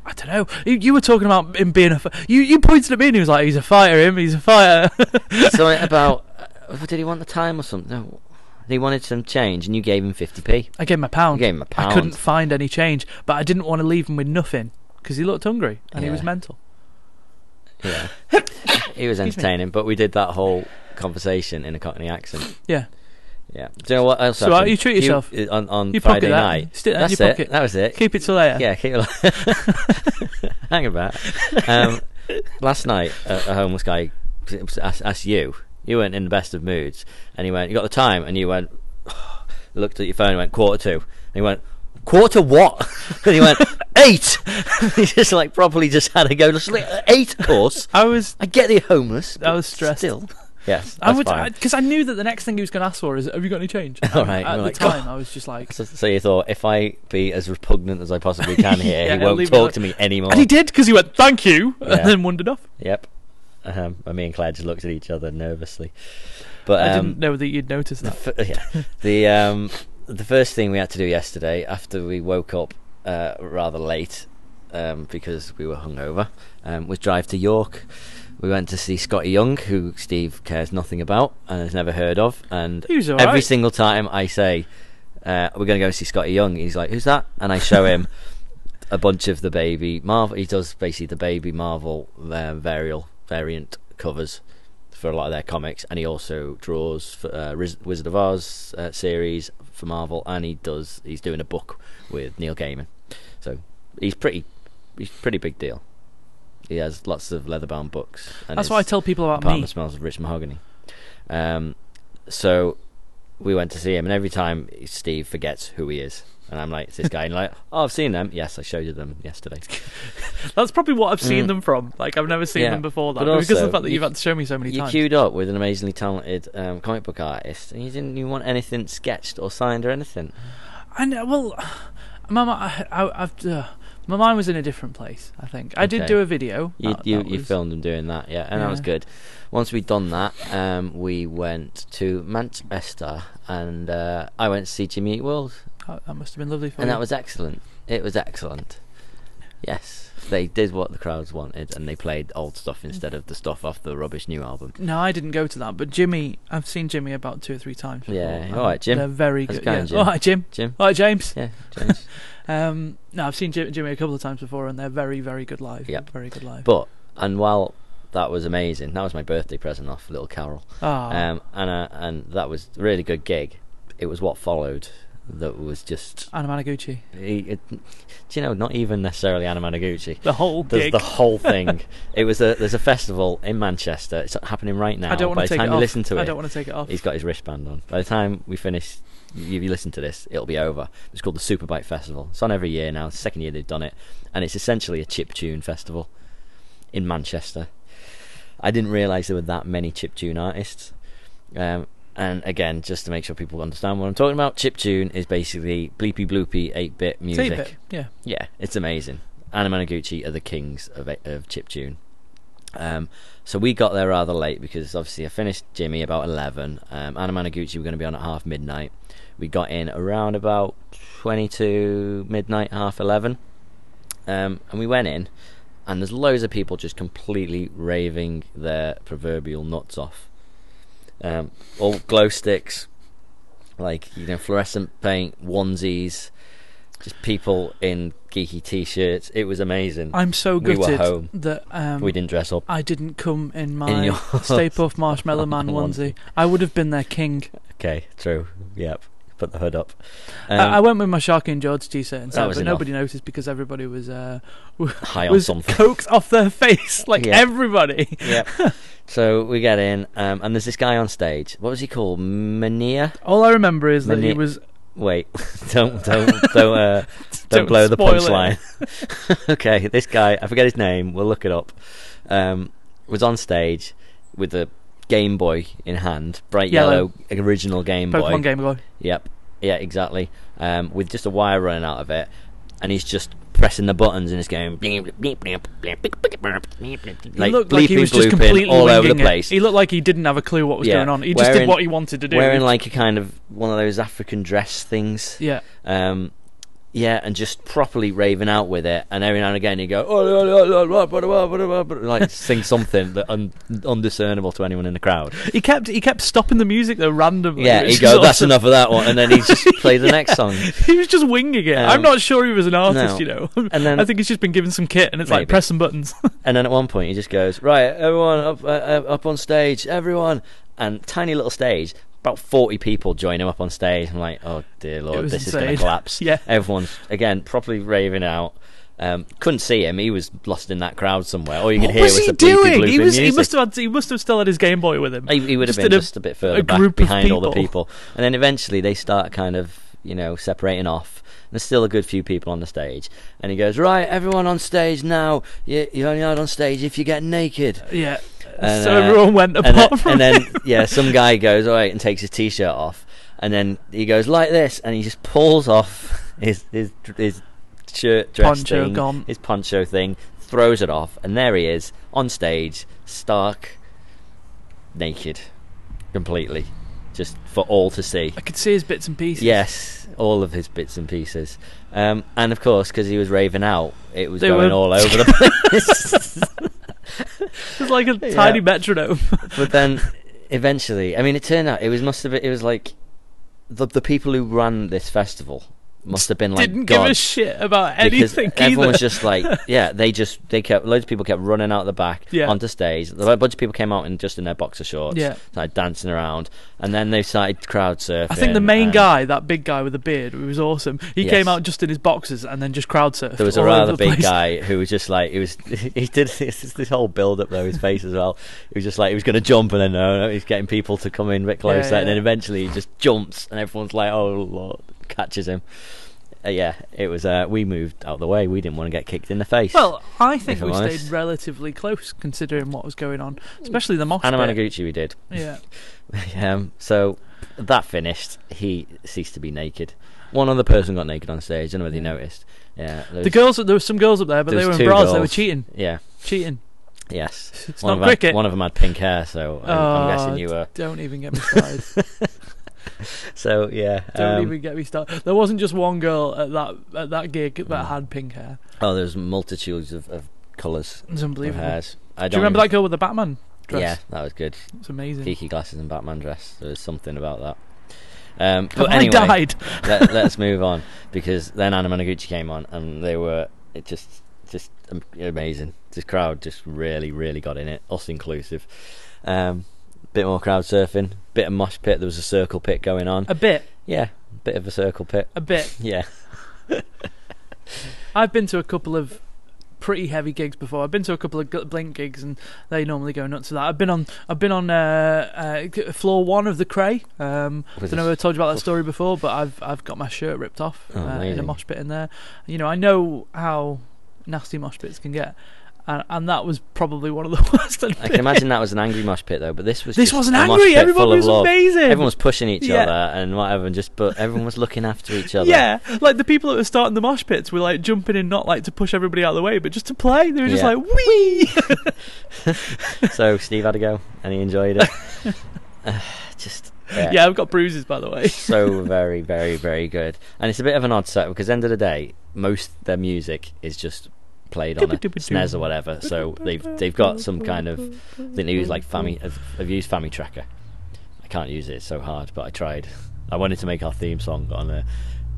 [SPEAKER 1] I don't know. You, you were talking about him being a. fi- You you pointed at me and he was like, "He's a fighter. Him. He's a fighter."
[SPEAKER 3] Something about uh, what did he want the time or something? No, he wanted some change, and you gave him fifty p.
[SPEAKER 1] I gave him a pound.
[SPEAKER 3] You gave him a pound.
[SPEAKER 1] I couldn't find any change, but I didn't want to leave him with nothing because he looked hungry and he
[SPEAKER 3] Yeah.
[SPEAKER 1] was mental.
[SPEAKER 3] Yeah. he was
[SPEAKER 1] Excuse me.
[SPEAKER 3] entertaining, but we did that whole conversation in a Cockney accent.
[SPEAKER 1] Yeah.
[SPEAKER 3] Yeah. Do you know what else
[SPEAKER 1] So,
[SPEAKER 3] happened?
[SPEAKER 1] uh, you treat yourself.
[SPEAKER 3] uh, on, on
[SPEAKER 1] You pocket
[SPEAKER 3] Friday
[SPEAKER 1] that.
[SPEAKER 3] night.
[SPEAKER 1] Stick that in
[SPEAKER 3] That's
[SPEAKER 1] your
[SPEAKER 3] it.
[SPEAKER 1] pocket.
[SPEAKER 3] That was it.
[SPEAKER 1] Keep it till later.
[SPEAKER 3] yeah, keep it- Hang about. Um, last night, a, a homeless guy asked, asked you. You weren't in the best of moods, and he went, "You got the time?" And you went, looked at your phone, and went quarter two, and he went, "Quarter what?" and he went, eight. he just like properly just had a go. Just like, eight, of course.
[SPEAKER 1] I was.
[SPEAKER 3] I get the homeless.
[SPEAKER 1] I
[SPEAKER 3] but
[SPEAKER 1] was stressed.
[SPEAKER 3] Still, yes, that's
[SPEAKER 1] I would
[SPEAKER 3] fine.
[SPEAKER 1] because I, knew that the next thing he was going to ask for is, "Have you got any change?"
[SPEAKER 3] All
[SPEAKER 1] And
[SPEAKER 3] right,
[SPEAKER 1] At
[SPEAKER 3] you're
[SPEAKER 1] the
[SPEAKER 3] like,
[SPEAKER 1] time, I was just like,
[SPEAKER 3] so, so you thought if I be as repugnant as I possibly can here,
[SPEAKER 1] Yeah,
[SPEAKER 3] he
[SPEAKER 1] I'll leave
[SPEAKER 3] won't
[SPEAKER 1] it
[SPEAKER 3] talk
[SPEAKER 1] like-
[SPEAKER 3] to me anymore.
[SPEAKER 1] and he did because he went, "Thank you,"
[SPEAKER 3] Yeah.
[SPEAKER 1] and then wandered off.
[SPEAKER 3] Yep. Um, and me and Claire just looked at each other nervously. But um,
[SPEAKER 1] I didn't know that you'd noticed
[SPEAKER 3] the
[SPEAKER 1] that.
[SPEAKER 3] f- yeah, the um, the first thing we had to do yesterday after we woke up uh, rather late um, because we were hungover um, was drive to York. We went to see Scotty Young, who Steve cares nothing about and has never heard of, and
[SPEAKER 1] He was all
[SPEAKER 3] every
[SPEAKER 1] right.
[SPEAKER 3] single time I say uh, we're going to go see Scotty Young, he's like, "Who's that?" and I show him a bunch of the baby Marvel. He does basically the baby Marvel uh, varial variant covers for a lot of their comics, and he also draws for uh, Riz- Wizard of Oz uh, series for Marvel, and he does he's doing a book with Neil Gaiman, so he's pretty he's a pretty big deal. He has lots of leather bound books. And
[SPEAKER 1] That's
[SPEAKER 3] his-
[SPEAKER 1] what I tell people about
[SPEAKER 3] apartment
[SPEAKER 1] me.
[SPEAKER 3] smells of rich mahogany. Um, so we went to see him, and every time Steve forgets who he is, and I'm like, "It's this guy," and like, "Oh, I've seen them. Yes, I showed you them yesterday."
[SPEAKER 1] That's probably what I've seen
[SPEAKER 3] Mm.
[SPEAKER 1] them from. Like I've never seen
[SPEAKER 3] Yeah.
[SPEAKER 1] them before that
[SPEAKER 3] But
[SPEAKER 1] because of the
[SPEAKER 3] also,
[SPEAKER 1] fact that
[SPEAKER 3] you-
[SPEAKER 1] you've had to show me so many
[SPEAKER 3] you
[SPEAKER 1] times.
[SPEAKER 3] queued up with an amazingly talented um, comic book artist, and you didn't even want anything sketched or signed or anything.
[SPEAKER 1] I know. uh, Well, my mi- I, I, I've, uh, my mind was in a different place. I think I did
[SPEAKER 3] Okay.
[SPEAKER 1] do a video.
[SPEAKER 3] You
[SPEAKER 1] That-
[SPEAKER 3] you,
[SPEAKER 1] that
[SPEAKER 3] you
[SPEAKER 1] was-
[SPEAKER 3] filmed him doing that, yeah, and that was
[SPEAKER 1] Yeah.
[SPEAKER 3] good. Once we'd done that, um, we went to Manchester, and uh, I went to see Jimmy Eat World.
[SPEAKER 1] uh, That, that must have been lovely for
[SPEAKER 3] and
[SPEAKER 1] you.
[SPEAKER 3] that was excellent. It was excellent. Yes, they did what the crowds wanted, and they played old stuff instead of the stuff off the rubbish new album.
[SPEAKER 1] No, I didn't go to that, but Jimmy, I've seen Jimmy about two or three times. before,
[SPEAKER 3] Yeah,
[SPEAKER 1] and
[SPEAKER 3] alright, Jim.
[SPEAKER 1] They're very
[SPEAKER 3] That's
[SPEAKER 1] good.
[SPEAKER 3] kind
[SPEAKER 1] Yeah.
[SPEAKER 3] of Jim.
[SPEAKER 1] All right, Jim.
[SPEAKER 3] Jim,
[SPEAKER 1] All right, James.
[SPEAKER 3] yeah, James.
[SPEAKER 1] Um, no, I've seen Jim, Jimmy a couple of times before, and they're very, very good live.
[SPEAKER 3] Yep.
[SPEAKER 1] Very good live.
[SPEAKER 3] but and while that was amazing, that was my birthday present off Little Carol,
[SPEAKER 1] Ah,
[SPEAKER 3] um, and uh, and that was a really good gig. It was what followed that was just.
[SPEAKER 1] Anna Managuchi.
[SPEAKER 3] He, it, do you know? Not even necessarily Anna Managuchi.
[SPEAKER 1] The whole
[SPEAKER 3] There's
[SPEAKER 1] gig.
[SPEAKER 3] the whole thing. it was a there's a festival in Manchester. It's happening right now.
[SPEAKER 1] I don't
[SPEAKER 3] By
[SPEAKER 1] want to
[SPEAKER 3] the
[SPEAKER 1] take
[SPEAKER 3] time
[SPEAKER 1] it
[SPEAKER 3] you
[SPEAKER 1] off.
[SPEAKER 3] listen to it,
[SPEAKER 1] I don't want to take it off.
[SPEAKER 3] He's got his wristband on. By the time we finish, if you listen to this, it'll be over. It's called the Superbike Festival. It's on every year now. It's the second year they've done it, and it's essentially a chip tune festival in Manchester. I didn't realise there were that many chip tune artists, um, And again, just to make sure people understand what I'm talking about, chiptune is basically bleepy bloopy 8 bit
[SPEAKER 1] It's
[SPEAKER 3] music.
[SPEAKER 1] 8-bit, yeah.
[SPEAKER 3] Yeah, it's amazing. Anna Managuchi are the kings of of chiptune. Um, so we got there rather late because obviously I finished Jimmy about eleven. Um, Anna Managuchi were going to be on at half midnight. We got in around about twenty two midnight, half eleven, um, and we went in. And there's loads of people just completely raving their proverbial nuts off. Um, all glow sticks, like you know, fluorescent paint onesies, just people in geeky t-shirts. It was amazing.
[SPEAKER 1] I'm so
[SPEAKER 3] Mm. We were
[SPEAKER 1] gutted
[SPEAKER 3] home.
[SPEAKER 1] that um,
[SPEAKER 3] we didn't dress up.
[SPEAKER 1] I didn't come in my
[SPEAKER 3] your-
[SPEAKER 1] Stay Puft Marshmallow Man onesie.
[SPEAKER 3] Onesie.
[SPEAKER 1] I would have been their king.
[SPEAKER 3] Okay, true. Yep. Put the hood up. Um,
[SPEAKER 1] I, I went with my Sharky and George t-shirt and
[SPEAKER 3] That
[SPEAKER 1] stuff,
[SPEAKER 3] was
[SPEAKER 1] but
[SPEAKER 3] enough.
[SPEAKER 1] nobody noticed because everybody was uh,
[SPEAKER 3] high on
[SPEAKER 1] was
[SPEAKER 3] something.
[SPEAKER 1] coked off their face, like
[SPEAKER 3] Yeah.
[SPEAKER 1] everybody.
[SPEAKER 3] yep. So we get in, um, and there's this guy on stage. What was he called? Mania?
[SPEAKER 1] All I remember is that he
[SPEAKER 3] Mini-
[SPEAKER 1] was
[SPEAKER 3] Wait, don't don't don't uh, don't,
[SPEAKER 1] Don't
[SPEAKER 3] blow the
[SPEAKER 1] spoil it.
[SPEAKER 3] punchline. okay, this guy, I forget his name. We'll look it up. Um, was on stage with a Game Boy in hand, bright yellow,
[SPEAKER 1] Yellow.
[SPEAKER 3] original Game Boy.
[SPEAKER 1] Pokemon Game Boy.
[SPEAKER 3] Yep. Yeah, exactly. Um, with just a wire running out of it, and he's just pressing the buttons and it's going bleep, bleep, bleep, bleep, bleep, bleep, bleep, bleep, bleep,
[SPEAKER 1] He looked like he
[SPEAKER 3] bleeping,
[SPEAKER 1] was just
[SPEAKER 3] blooping
[SPEAKER 1] completely
[SPEAKER 3] all over the
[SPEAKER 1] winging it.
[SPEAKER 3] place.
[SPEAKER 1] He looked like he didn't have a clue what was
[SPEAKER 3] Yeah,
[SPEAKER 1] going on. He just
[SPEAKER 3] wearing-
[SPEAKER 1] did what he wanted to do.
[SPEAKER 3] Wearing like a kind of one of those African dress things.
[SPEAKER 1] yeah,
[SPEAKER 3] Um, yeah, and just properly raving out with it, and every now and again you go, "Oh, la, la, la, la, ba, da, ba, ba, da, ba," but, like sing something that un- undiscernible to anyone in the crowd.
[SPEAKER 1] he kept he kept stopping the music though randomly.
[SPEAKER 3] Yeah,
[SPEAKER 1] which
[SPEAKER 3] he
[SPEAKER 1] is
[SPEAKER 3] goes, "That's
[SPEAKER 1] awesome.
[SPEAKER 3] enough of that one," and then he just plays the next song.
[SPEAKER 1] He was just winging it.
[SPEAKER 3] Um,
[SPEAKER 1] I'm not sure he was an artist,
[SPEAKER 3] no.
[SPEAKER 1] you know.
[SPEAKER 3] And then
[SPEAKER 1] I think he's just been given some kit, and it's like
[SPEAKER 3] Maybe.
[SPEAKER 1] press some buttons.
[SPEAKER 3] And then at one point, he just goes, "Right, everyone up, uh, uh, up on stage, everyone!" And tiny little stage, about forty people join him up on stage. I'm like, "Oh dear lord,
[SPEAKER 1] was
[SPEAKER 3] this is going to
[SPEAKER 1] insane.
[SPEAKER 3] collapse."
[SPEAKER 1] Yeah.
[SPEAKER 3] everyone's again properly raving out. Um, couldn't see him; he was lost in that crowd somewhere. All you could
[SPEAKER 1] what
[SPEAKER 3] hear
[SPEAKER 1] was he
[SPEAKER 3] the bleepy
[SPEAKER 1] doing?
[SPEAKER 3] blooping
[SPEAKER 1] He was he
[SPEAKER 3] music.
[SPEAKER 1] must have had, he must have still had his Game Boy with him.
[SPEAKER 3] He, he would have
[SPEAKER 1] just
[SPEAKER 3] been
[SPEAKER 1] in a-
[SPEAKER 3] just a bit further
[SPEAKER 1] a
[SPEAKER 3] back
[SPEAKER 1] group of
[SPEAKER 3] behind all the
[SPEAKER 1] people.
[SPEAKER 3] people, and then eventually they start kind of you know separating off. And There's still a good few people on the stage, and he goes, "Right, everyone on stage now. You, you're only allowed on stage if you get naked."
[SPEAKER 1] Yeah.
[SPEAKER 3] And,
[SPEAKER 1] so
[SPEAKER 3] uh,
[SPEAKER 1] everyone went apart
[SPEAKER 3] and then,
[SPEAKER 1] from
[SPEAKER 3] and
[SPEAKER 1] him.
[SPEAKER 3] then yeah, some guy goes all right and takes his t-shirt off, and then he goes like this, and he just pulls off his his his shirt dress
[SPEAKER 1] Poncho
[SPEAKER 3] thing,
[SPEAKER 1] gone.
[SPEAKER 3] his poncho thing, throws it off, and there he is on stage, stark, naked, completely, just for all to see.
[SPEAKER 1] I could see his bits and pieces.
[SPEAKER 3] Yes, all of his bits and pieces, um, and of course because he was raving out, it was
[SPEAKER 1] They
[SPEAKER 3] going
[SPEAKER 1] were-
[SPEAKER 3] all over the place.
[SPEAKER 1] It's like a
[SPEAKER 3] Yeah.
[SPEAKER 1] tiny metronome.
[SPEAKER 3] but then eventually, I mean, it turned out it was must have been, it was like the the people who ran this festival must have been like
[SPEAKER 1] Didn't give a
[SPEAKER 3] gods
[SPEAKER 1] shit about
[SPEAKER 3] because
[SPEAKER 1] anything
[SPEAKER 3] everyone
[SPEAKER 1] either.
[SPEAKER 3] was just like yeah they just they kept loads of people kept running out the back
[SPEAKER 1] Yeah.
[SPEAKER 3] onto stage a bunch of people came out in just in their boxer shorts
[SPEAKER 1] Yeah.
[SPEAKER 3] started dancing around and then they started crowd surfing
[SPEAKER 1] I think the main
[SPEAKER 3] and
[SPEAKER 1] guy, that big guy with the beard, who was awesome. He
[SPEAKER 3] Yes.
[SPEAKER 1] came out just in his boxes and then just crowd surfed.
[SPEAKER 3] there was a
[SPEAKER 1] all
[SPEAKER 3] rather
[SPEAKER 1] over the
[SPEAKER 3] big
[SPEAKER 1] place.
[SPEAKER 3] guy who was just like he was he did this, this whole build up though his face as well he was just like he was going to jump and then no, no he's getting people to come in a bit closer
[SPEAKER 1] yeah.
[SPEAKER 3] and then eventually he just jumps and everyone's like oh lord catches him uh, yeah it was uh, we moved out of the way we didn't want to get kicked in the face
[SPEAKER 1] Well, I think
[SPEAKER 3] If
[SPEAKER 1] we
[SPEAKER 3] I'm honest.
[SPEAKER 1] stayed relatively close considering what was going on, especially the mosh
[SPEAKER 3] Anna
[SPEAKER 1] pit.
[SPEAKER 3] Managuchi we did
[SPEAKER 1] Yeah,
[SPEAKER 3] um, so that finished he ceased to be naked one other person got naked on stage I don't know whether you noticed yeah there
[SPEAKER 1] the
[SPEAKER 3] was-
[SPEAKER 1] girls. There were some girls up there, but
[SPEAKER 3] there
[SPEAKER 1] they were
[SPEAKER 3] was
[SPEAKER 1] in
[SPEAKER 3] two
[SPEAKER 1] bras. They were
[SPEAKER 3] girls.
[SPEAKER 1] cheating,
[SPEAKER 3] yeah
[SPEAKER 1] cheating.
[SPEAKER 3] yes
[SPEAKER 1] It's
[SPEAKER 3] one
[SPEAKER 1] not
[SPEAKER 3] of
[SPEAKER 1] cricket.
[SPEAKER 3] them, one of them had pink hair so I'm, I'm
[SPEAKER 1] Oh,
[SPEAKER 3] guessing you were
[SPEAKER 1] Don't even get me started.
[SPEAKER 3] So yeah.
[SPEAKER 1] Don't
[SPEAKER 3] um,
[SPEAKER 1] even get me started. There wasn't just one girl at that at that gig that had pink hair.
[SPEAKER 3] Oh, there's multitudes of, of colours
[SPEAKER 1] It's
[SPEAKER 3] of
[SPEAKER 1] unbelievable.
[SPEAKER 3] hairs. I
[SPEAKER 1] Do you remember that girl with the Batman dress?
[SPEAKER 3] Yeah, that was good.
[SPEAKER 1] It's amazing.
[SPEAKER 3] Geeky glasses and Batman dress. There was something about that. Um,
[SPEAKER 1] Have
[SPEAKER 3] but anyway,
[SPEAKER 1] I died.
[SPEAKER 3] let, us move on because then Anna Managuchi came on and they were it just just am- amazing. This crowd just really really got in it, us inclusive. Um, bit more crowd surfing, bit of mosh pit. There was a circle pit going on.
[SPEAKER 1] A bit,
[SPEAKER 3] Yeah, bit of a circle pit.
[SPEAKER 1] a bit.
[SPEAKER 3] Yeah,
[SPEAKER 1] I've been to a couple of pretty heavy gigs before. I've been to a couple of Gl- Blink gigs, and they normally go nuts for that. I've been on, I've been on uh, uh, floor one of the Cray. Um, I
[SPEAKER 3] Was
[SPEAKER 1] don't know
[SPEAKER 3] this-
[SPEAKER 1] if I told you about that story before, but I've I've got my shirt ripped off
[SPEAKER 3] Oh,
[SPEAKER 1] uh, in a
[SPEAKER 3] amazing.
[SPEAKER 1] mosh pit in there. You know, I know how nasty mosh pits can get. and, and that was probably one of the worst. I'd
[SPEAKER 3] I
[SPEAKER 1] been
[SPEAKER 3] can imagine that was an angry mosh pit though, but this was
[SPEAKER 1] This
[SPEAKER 3] just
[SPEAKER 1] wasn't
[SPEAKER 3] a mosh
[SPEAKER 1] angry.
[SPEAKER 3] pit
[SPEAKER 1] Everyone
[SPEAKER 3] full of
[SPEAKER 1] was
[SPEAKER 3] love.
[SPEAKER 1] amazing.
[SPEAKER 3] Everyone was pushing each
[SPEAKER 1] Yeah.
[SPEAKER 3] other and whatever, and just but everyone was looking after each other.
[SPEAKER 1] Yeah, like the people that were starting the mosh pits were like jumping in, not like to push everybody out of the way, but just to play. They were just
[SPEAKER 3] Yeah.
[SPEAKER 1] like wee.
[SPEAKER 3] So Steve had a go, and he enjoyed it. Uh, just
[SPEAKER 1] Yeah.
[SPEAKER 3] yeah,
[SPEAKER 1] I've got bruises by the way.
[SPEAKER 3] so very, very, very good. And it's a bit of an odd set because end of the day, most of their music is just played on a SNES or whatever. So they've they've got some kind of I think they use like
[SPEAKER 1] Mm-hmm.
[SPEAKER 3] Fami. I've, I've used Fami Tracker. I can't use it; it's so hard. But I tried. I wanted to make our theme song on a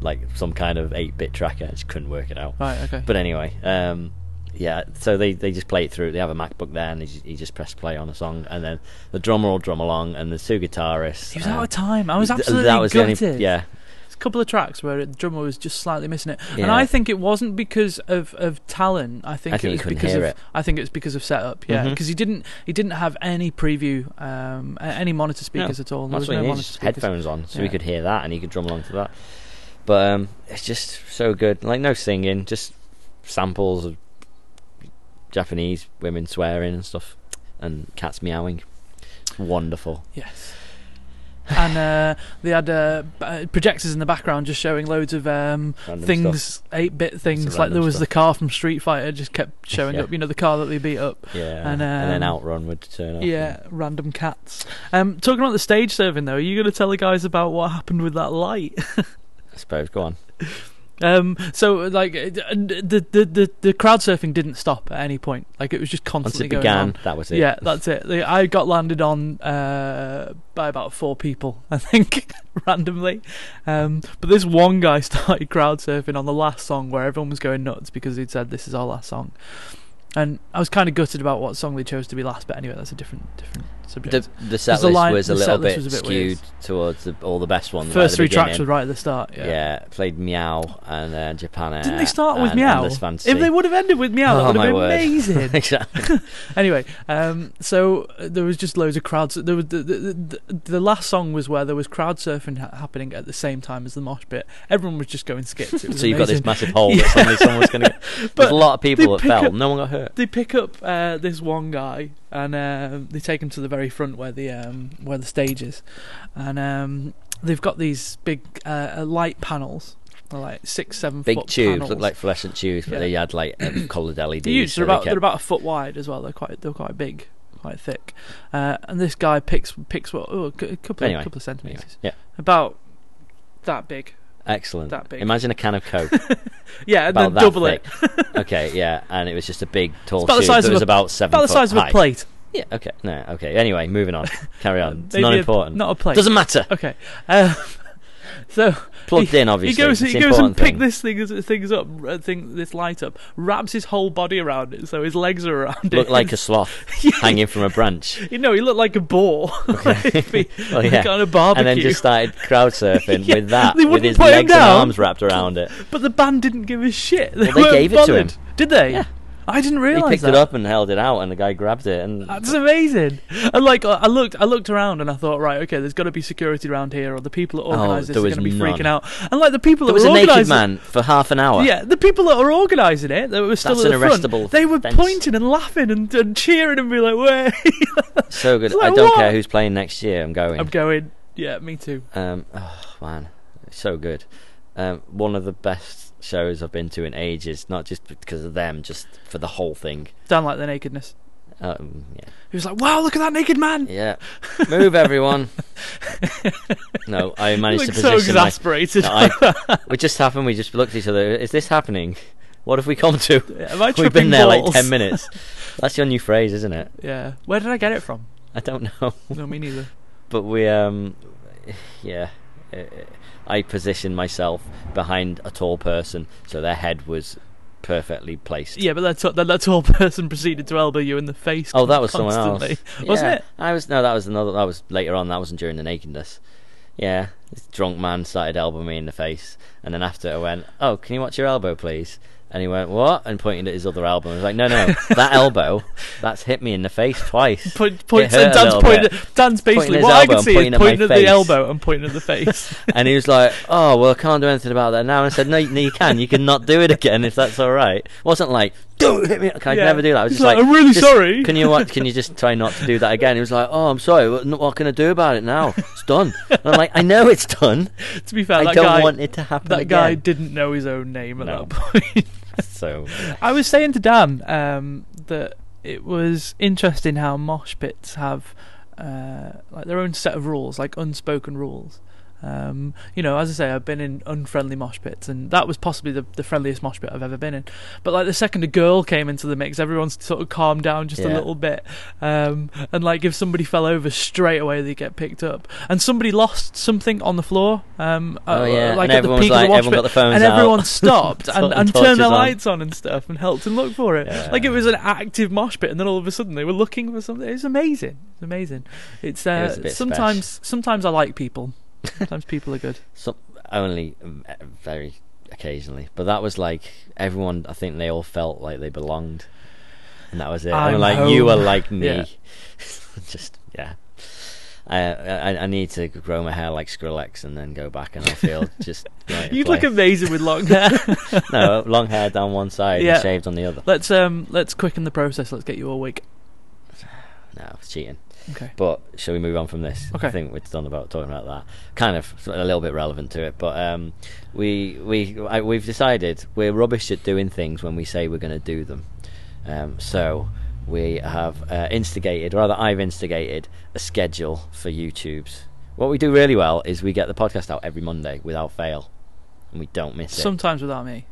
[SPEAKER 3] like some kind of eight-bit tracker. I just couldn't work it out.
[SPEAKER 1] Right. Okay.
[SPEAKER 3] But anyway, um, yeah. So they, they just play it through. They have a MacBook there, and you just, you just press play on a song, and then the drummer will drum along, and the two guitarists.
[SPEAKER 1] he was
[SPEAKER 3] and-
[SPEAKER 1] out of time. I was
[SPEAKER 3] uh, Th-
[SPEAKER 1] absolutely
[SPEAKER 3] the only-
[SPEAKER 1] gutted.
[SPEAKER 3] yeah,
[SPEAKER 1] There's a couple of tracks where the drummer was just slightly missing it, and
[SPEAKER 3] Yeah.
[SPEAKER 1] I think it wasn't because of, of talent. I think
[SPEAKER 3] I
[SPEAKER 1] it
[SPEAKER 3] think you
[SPEAKER 1] was
[SPEAKER 3] couldn't
[SPEAKER 1] because
[SPEAKER 3] hear
[SPEAKER 1] of
[SPEAKER 3] it.
[SPEAKER 1] I think it was because of setup. Yeah,
[SPEAKER 3] Mhm.
[SPEAKER 1] because he didn't he didn't have any preview, um, a- any monitor speakers at all. There
[SPEAKER 3] that's
[SPEAKER 1] was
[SPEAKER 3] what
[SPEAKER 1] no
[SPEAKER 3] he needs.
[SPEAKER 1] monitor
[SPEAKER 3] just
[SPEAKER 1] speakers.
[SPEAKER 3] Headphones on, so he
[SPEAKER 1] Yeah.
[SPEAKER 3] could hear that, and he could drum along to that. But um, it's just so good. Like no singing, just samples of Japanese women swearing and stuff, and cats meowing. It's wonderful.
[SPEAKER 1] Yes. and uh, they had uh, b- uh, projectors in the background just showing loads of um,
[SPEAKER 3] Random
[SPEAKER 1] things,
[SPEAKER 3] stuff.
[SPEAKER 1] eight bit
[SPEAKER 3] Some
[SPEAKER 1] things. Like there
[SPEAKER 3] random
[SPEAKER 1] was
[SPEAKER 3] stuff.
[SPEAKER 1] the car from Street Fighter just kept showing
[SPEAKER 3] Yeah.
[SPEAKER 1] up. You know the car that they beat up.
[SPEAKER 3] Yeah,
[SPEAKER 1] and,
[SPEAKER 3] and, then
[SPEAKER 1] um,
[SPEAKER 3] Outrun would turn up.
[SPEAKER 1] Yeah, random cats. Um, talking about the stage serving though, are you going to tell the guys about what happened with that light?
[SPEAKER 3] I suppose. Go on.
[SPEAKER 1] Um, so like uh, the, the the the crowd surfing didn't stop at any point. Like it was just
[SPEAKER 3] Once
[SPEAKER 1] constantly
[SPEAKER 3] it
[SPEAKER 1] going
[SPEAKER 3] began,
[SPEAKER 1] on.
[SPEAKER 3] that was it.
[SPEAKER 1] Yeah, that's it. Like, I got landed on uh, by about four people, I think, randomly. Um, but this one guy started crowd surfing on the last song where everyone was going nuts because he'd said this is our last song. And I was kind of gutted about what song they chose to be last, but anyway, that's a different different subject.
[SPEAKER 3] The, the set
[SPEAKER 1] the
[SPEAKER 3] list
[SPEAKER 1] line-
[SPEAKER 3] was a
[SPEAKER 1] the
[SPEAKER 3] little
[SPEAKER 1] set list
[SPEAKER 3] bit,
[SPEAKER 1] was a bit
[SPEAKER 3] skewed
[SPEAKER 1] weird.
[SPEAKER 3] towards the, all the best ones. like
[SPEAKER 1] First
[SPEAKER 3] the
[SPEAKER 1] three tracks
[SPEAKER 3] beginning.
[SPEAKER 1] were right at the start.
[SPEAKER 3] Yeah.
[SPEAKER 1] Yeah.
[SPEAKER 3] played Meow and uh, Japan Air.
[SPEAKER 1] Didn't they start with
[SPEAKER 3] and
[SPEAKER 1] Meow?
[SPEAKER 3] Endless Fantasy.
[SPEAKER 1] If they would have ended with Meow,
[SPEAKER 3] Oh,
[SPEAKER 1] that would
[SPEAKER 3] my
[SPEAKER 1] have been
[SPEAKER 3] word.
[SPEAKER 1] amazing.
[SPEAKER 3] exactly.
[SPEAKER 1] anyway, um, so uh, there was just loads of crowds. There was the, the, the, the last song was where there was crowd surfing ha- happening at the same time as the mosh pit. Everyone was just going skits. It was
[SPEAKER 3] So you've got this
[SPEAKER 1] amazing.
[SPEAKER 3] massive hole that suddenly someone's going to get. There's
[SPEAKER 1] But
[SPEAKER 3] a lot of people that
[SPEAKER 1] pick
[SPEAKER 3] fell.
[SPEAKER 1] up-
[SPEAKER 3] No one got hurt.
[SPEAKER 1] They pick up uh, this one guy and um they take him to the very front where the um, where the stage is, and um, they've got these big uh, uh, light panels, they're like six, seven
[SPEAKER 3] Big
[SPEAKER 1] foot
[SPEAKER 3] tubes
[SPEAKER 1] panels.
[SPEAKER 3] looked like fluorescent tubes, but
[SPEAKER 1] Yeah.
[SPEAKER 3] they had like um, coloured LEDs.
[SPEAKER 1] They're huge.
[SPEAKER 3] so
[SPEAKER 1] They're
[SPEAKER 3] they
[SPEAKER 1] about
[SPEAKER 3] kept-
[SPEAKER 1] they're about a foot wide as well. They're quite they're quite big, quite thick. Uh, and this guy picks picks what oh, a cou- a couple
[SPEAKER 3] Anyway,
[SPEAKER 1] of couple of
[SPEAKER 3] Anyway,
[SPEAKER 1] centimeters,
[SPEAKER 3] yeah,
[SPEAKER 1] about that big.
[SPEAKER 3] excellent.
[SPEAKER 1] That big.
[SPEAKER 3] Imagine a can of Coke
[SPEAKER 1] Yeah, and
[SPEAKER 3] about
[SPEAKER 1] then
[SPEAKER 3] that
[SPEAKER 1] double
[SPEAKER 3] thick.
[SPEAKER 1] it.
[SPEAKER 3] okay, yeah, and it was just a big tall
[SPEAKER 1] about the
[SPEAKER 3] tube
[SPEAKER 1] size
[SPEAKER 3] that
[SPEAKER 1] of
[SPEAKER 3] was
[SPEAKER 1] a-
[SPEAKER 3] about seven.
[SPEAKER 1] About the
[SPEAKER 3] foot
[SPEAKER 1] size of
[SPEAKER 3] high.
[SPEAKER 1] a plate.
[SPEAKER 3] Yeah. Okay. No. Okay. Anyway, moving on. Carry on. It's
[SPEAKER 1] Maybe
[SPEAKER 3] not
[SPEAKER 1] a-
[SPEAKER 3] important.
[SPEAKER 1] Not a plate.
[SPEAKER 3] Doesn't matter.
[SPEAKER 1] Okay. Um, so
[SPEAKER 3] Plugged in, obviously.
[SPEAKER 1] he goes
[SPEAKER 3] It's
[SPEAKER 1] he
[SPEAKER 3] the
[SPEAKER 1] goes and
[SPEAKER 3] important
[SPEAKER 1] pick
[SPEAKER 3] thing.
[SPEAKER 1] this thing things up uh, thing this light up, wraps his whole body around it, so his legs are around it.
[SPEAKER 3] Looked like a sloth hanging from a branch.
[SPEAKER 1] you know, he looked like a boar, like, if he-
[SPEAKER 3] Well,
[SPEAKER 1] like
[SPEAKER 3] Oh, yeah.
[SPEAKER 1] on a barbecue.
[SPEAKER 3] And then just started crowd surfing
[SPEAKER 1] Yeah,
[SPEAKER 3] with that,
[SPEAKER 1] they
[SPEAKER 3] with
[SPEAKER 1] wouldn't
[SPEAKER 3] his
[SPEAKER 1] put him
[SPEAKER 3] legs and
[SPEAKER 1] down.
[SPEAKER 3] arms wrapped around it.
[SPEAKER 1] But the band didn't give a shit. They,
[SPEAKER 3] Well, they
[SPEAKER 1] weren't
[SPEAKER 3] gave it to
[SPEAKER 1] bothered.
[SPEAKER 3] him.
[SPEAKER 1] Did they?
[SPEAKER 3] Yeah.
[SPEAKER 1] I didn't realize
[SPEAKER 3] He picked
[SPEAKER 1] that.
[SPEAKER 3] it up and held it out, and the guy grabbed it. And
[SPEAKER 1] That's amazing. And like I I looked, I looked around and I thought, right, okay, there's got to be security around here, or the people that organise this
[SPEAKER 3] Oh, there
[SPEAKER 1] are
[SPEAKER 3] was
[SPEAKER 1] going to be
[SPEAKER 3] none.
[SPEAKER 1] freaking out. And like the people
[SPEAKER 3] there
[SPEAKER 1] that
[SPEAKER 3] was
[SPEAKER 1] were
[SPEAKER 3] a naked
[SPEAKER 1] organising-
[SPEAKER 3] man for half an hour.
[SPEAKER 1] Yeah, the people that are organising it, that were still
[SPEAKER 3] That's
[SPEAKER 1] at
[SPEAKER 3] an
[SPEAKER 1] the front,
[SPEAKER 3] arrestable
[SPEAKER 1] they were
[SPEAKER 3] offence.
[SPEAKER 1] pointing and laughing and, and cheering and be like, "Way,
[SPEAKER 3] So good.
[SPEAKER 1] It's like,
[SPEAKER 3] I don't
[SPEAKER 1] what?
[SPEAKER 3] care who's playing next year. I'm going.
[SPEAKER 1] I'm going." Yeah, me too.
[SPEAKER 3] Um, oh man, it's so good. Um, one of the best shows I've been to in ages. Not just because of them, just for the whole thing.
[SPEAKER 1] Don't like the nakedness.
[SPEAKER 3] Um, yeah.
[SPEAKER 1] He was like, "Wow, look at that naked man."
[SPEAKER 3] Yeah. Move everyone. no, I
[SPEAKER 1] He
[SPEAKER 3] managed to
[SPEAKER 1] looked so
[SPEAKER 3] position my
[SPEAKER 1] exasperated.
[SPEAKER 3] No, I, it just happened. We just looked at each other. Is this happening? What have we come to?
[SPEAKER 1] Am I
[SPEAKER 3] We've been
[SPEAKER 1] tripping
[SPEAKER 3] there like
[SPEAKER 1] balls?
[SPEAKER 3] ten minutes. That's your new phrase, isn't it?
[SPEAKER 1] Yeah, where did I get it from?
[SPEAKER 3] I don't know,
[SPEAKER 1] No, me neither.
[SPEAKER 3] but we um, yeah, uh, I positioned myself behind a tall person, so their head was perfectly placed.
[SPEAKER 1] Yeah, but that t- that, that tall person proceeded to elbow you in the face.
[SPEAKER 3] Oh, that was someone else,
[SPEAKER 1] constantly. wasn't
[SPEAKER 3] Yeah,
[SPEAKER 1] it?
[SPEAKER 3] I was no, that was another. That was later on. That wasn't during the nakedness. Yeah, this drunk man started elbowing me in the face, and then after I went, "Oh, can you watch your elbow, please?" And he went, "What?" and pointed at his other elbow. I was like, "No, no, that elbow, that's hit me in the face twice."
[SPEAKER 1] Point, points
[SPEAKER 3] hurt
[SPEAKER 1] and
[SPEAKER 3] a
[SPEAKER 1] Dan's
[SPEAKER 3] little
[SPEAKER 1] pointing.
[SPEAKER 3] bit.
[SPEAKER 1] At, Dan's basically
[SPEAKER 3] his
[SPEAKER 1] what I
[SPEAKER 3] elbow
[SPEAKER 1] can
[SPEAKER 3] and
[SPEAKER 1] see is
[SPEAKER 3] pointing at my
[SPEAKER 1] pointing at the
[SPEAKER 3] face.
[SPEAKER 1] elbow and pointing at the face.
[SPEAKER 3] And he was like, "Oh, well, I can't do anything about that now." And I said, "No, you- no, you can. You can not do it again if that's all right." It wasn't like don't hit me. Like, I'd
[SPEAKER 1] Yeah.
[SPEAKER 3] never do that. I was
[SPEAKER 1] He's
[SPEAKER 3] just like,
[SPEAKER 1] I'm really
[SPEAKER 3] "Just-
[SPEAKER 1] sorry.
[SPEAKER 3] Can you what? Can you just try not to do that again? He was like, oh, I'm sorry. What, what can I do about it now? It's done. And I'm like, I know it's done.
[SPEAKER 1] to be fair,
[SPEAKER 3] I
[SPEAKER 1] that
[SPEAKER 3] don't
[SPEAKER 1] guy,
[SPEAKER 3] want it to happen
[SPEAKER 1] that guy
[SPEAKER 3] again.
[SPEAKER 1] didn't know his own name at
[SPEAKER 3] No.
[SPEAKER 1] that point.
[SPEAKER 3] So
[SPEAKER 1] I was saying to Dan um, that it was interesting how mosh pits have uh, like their own set of rules, like unspoken rules. Um, you know, as I say, I've been in unfriendly mosh pits, and that was possibly the, the friendliest mosh pit I've ever been in. But like the second a girl came into the mix, everyone's sort of calmed down just a
[SPEAKER 3] Yeah.
[SPEAKER 1] little bit. Um, and like if somebody fell over straight away, they get picked up. And somebody lost something on the floor. Um,
[SPEAKER 3] Oh,
[SPEAKER 1] uh,
[SPEAKER 3] yeah.
[SPEAKER 1] like at
[SPEAKER 3] And
[SPEAKER 1] the
[SPEAKER 3] everyone's
[SPEAKER 1] peak of
[SPEAKER 3] like-
[SPEAKER 1] the mosh
[SPEAKER 3] everyone got
[SPEAKER 1] pit,
[SPEAKER 3] the phones
[SPEAKER 1] and
[SPEAKER 3] out.
[SPEAKER 1] everyone stopped and,
[SPEAKER 3] Fucking
[SPEAKER 1] and turned
[SPEAKER 3] torches
[SPEAKER 1] their
[SPEAKER 3] on.
[SPEAKER 1] lights on and stuff and helped and look for it.
[SPEAKER 3] Yeah.
[SPEAKER 1] Like it was an active mosh pit, and then all of a sudden they were looking for something. It was amazing. It's amazing. It's
[SPEAKER 3] It
[SPEAKER 1] uh,
[SPEAKER 3] was a bit
[SPEAKER 1] sometimes sometimes I like people. Sometimes people are good.
[SPEAKER 3] Some, only um, e- very occasionally, but that was like everyone. I think they all felt like they belonged, and that was it.
[SPEAKER 1] I'm
[SPEAKER 3] and like you were
[SPEAKER 1] home.
[SPEAKER 3] like me,
[SPEAKER 1] Yeah.
[SPEAKER 3] just yeah. I, I I need to grow my hair like Skrillex and then go back, and I feel just. Right
[SPEAKER 1] You'd
[SPEAKER 3] like
[SPEAKER 1] look amazing with long hair.
[SPEAKER 3] no long hair down one side
[SPEAKER 1] Yeah.
[SPEAKER 3] and shaved on the other.
[SPEAKER 1] let's um let's quicken the process. Let's get you all week.
[SPEAKER 3] No, it's cheating.
[SPEAKER 1] Okay.
[SPEAKER 3] But shall we move on from this?
[SPEAKER 1] Okay.
[SPEAKER 3] I think we're done about talking about that. Kind of a little bit relevant to it, but um, we we I, we've decided we're rubbish at doing things when we say we're going to do them. Um, so we have uh, instigated, rather I've instigated a schedule for YouTube's. What we do really well is we get the podcast out every Monday without fail, and we don't miss it.
[SPEAKER 1] Sometimes without me.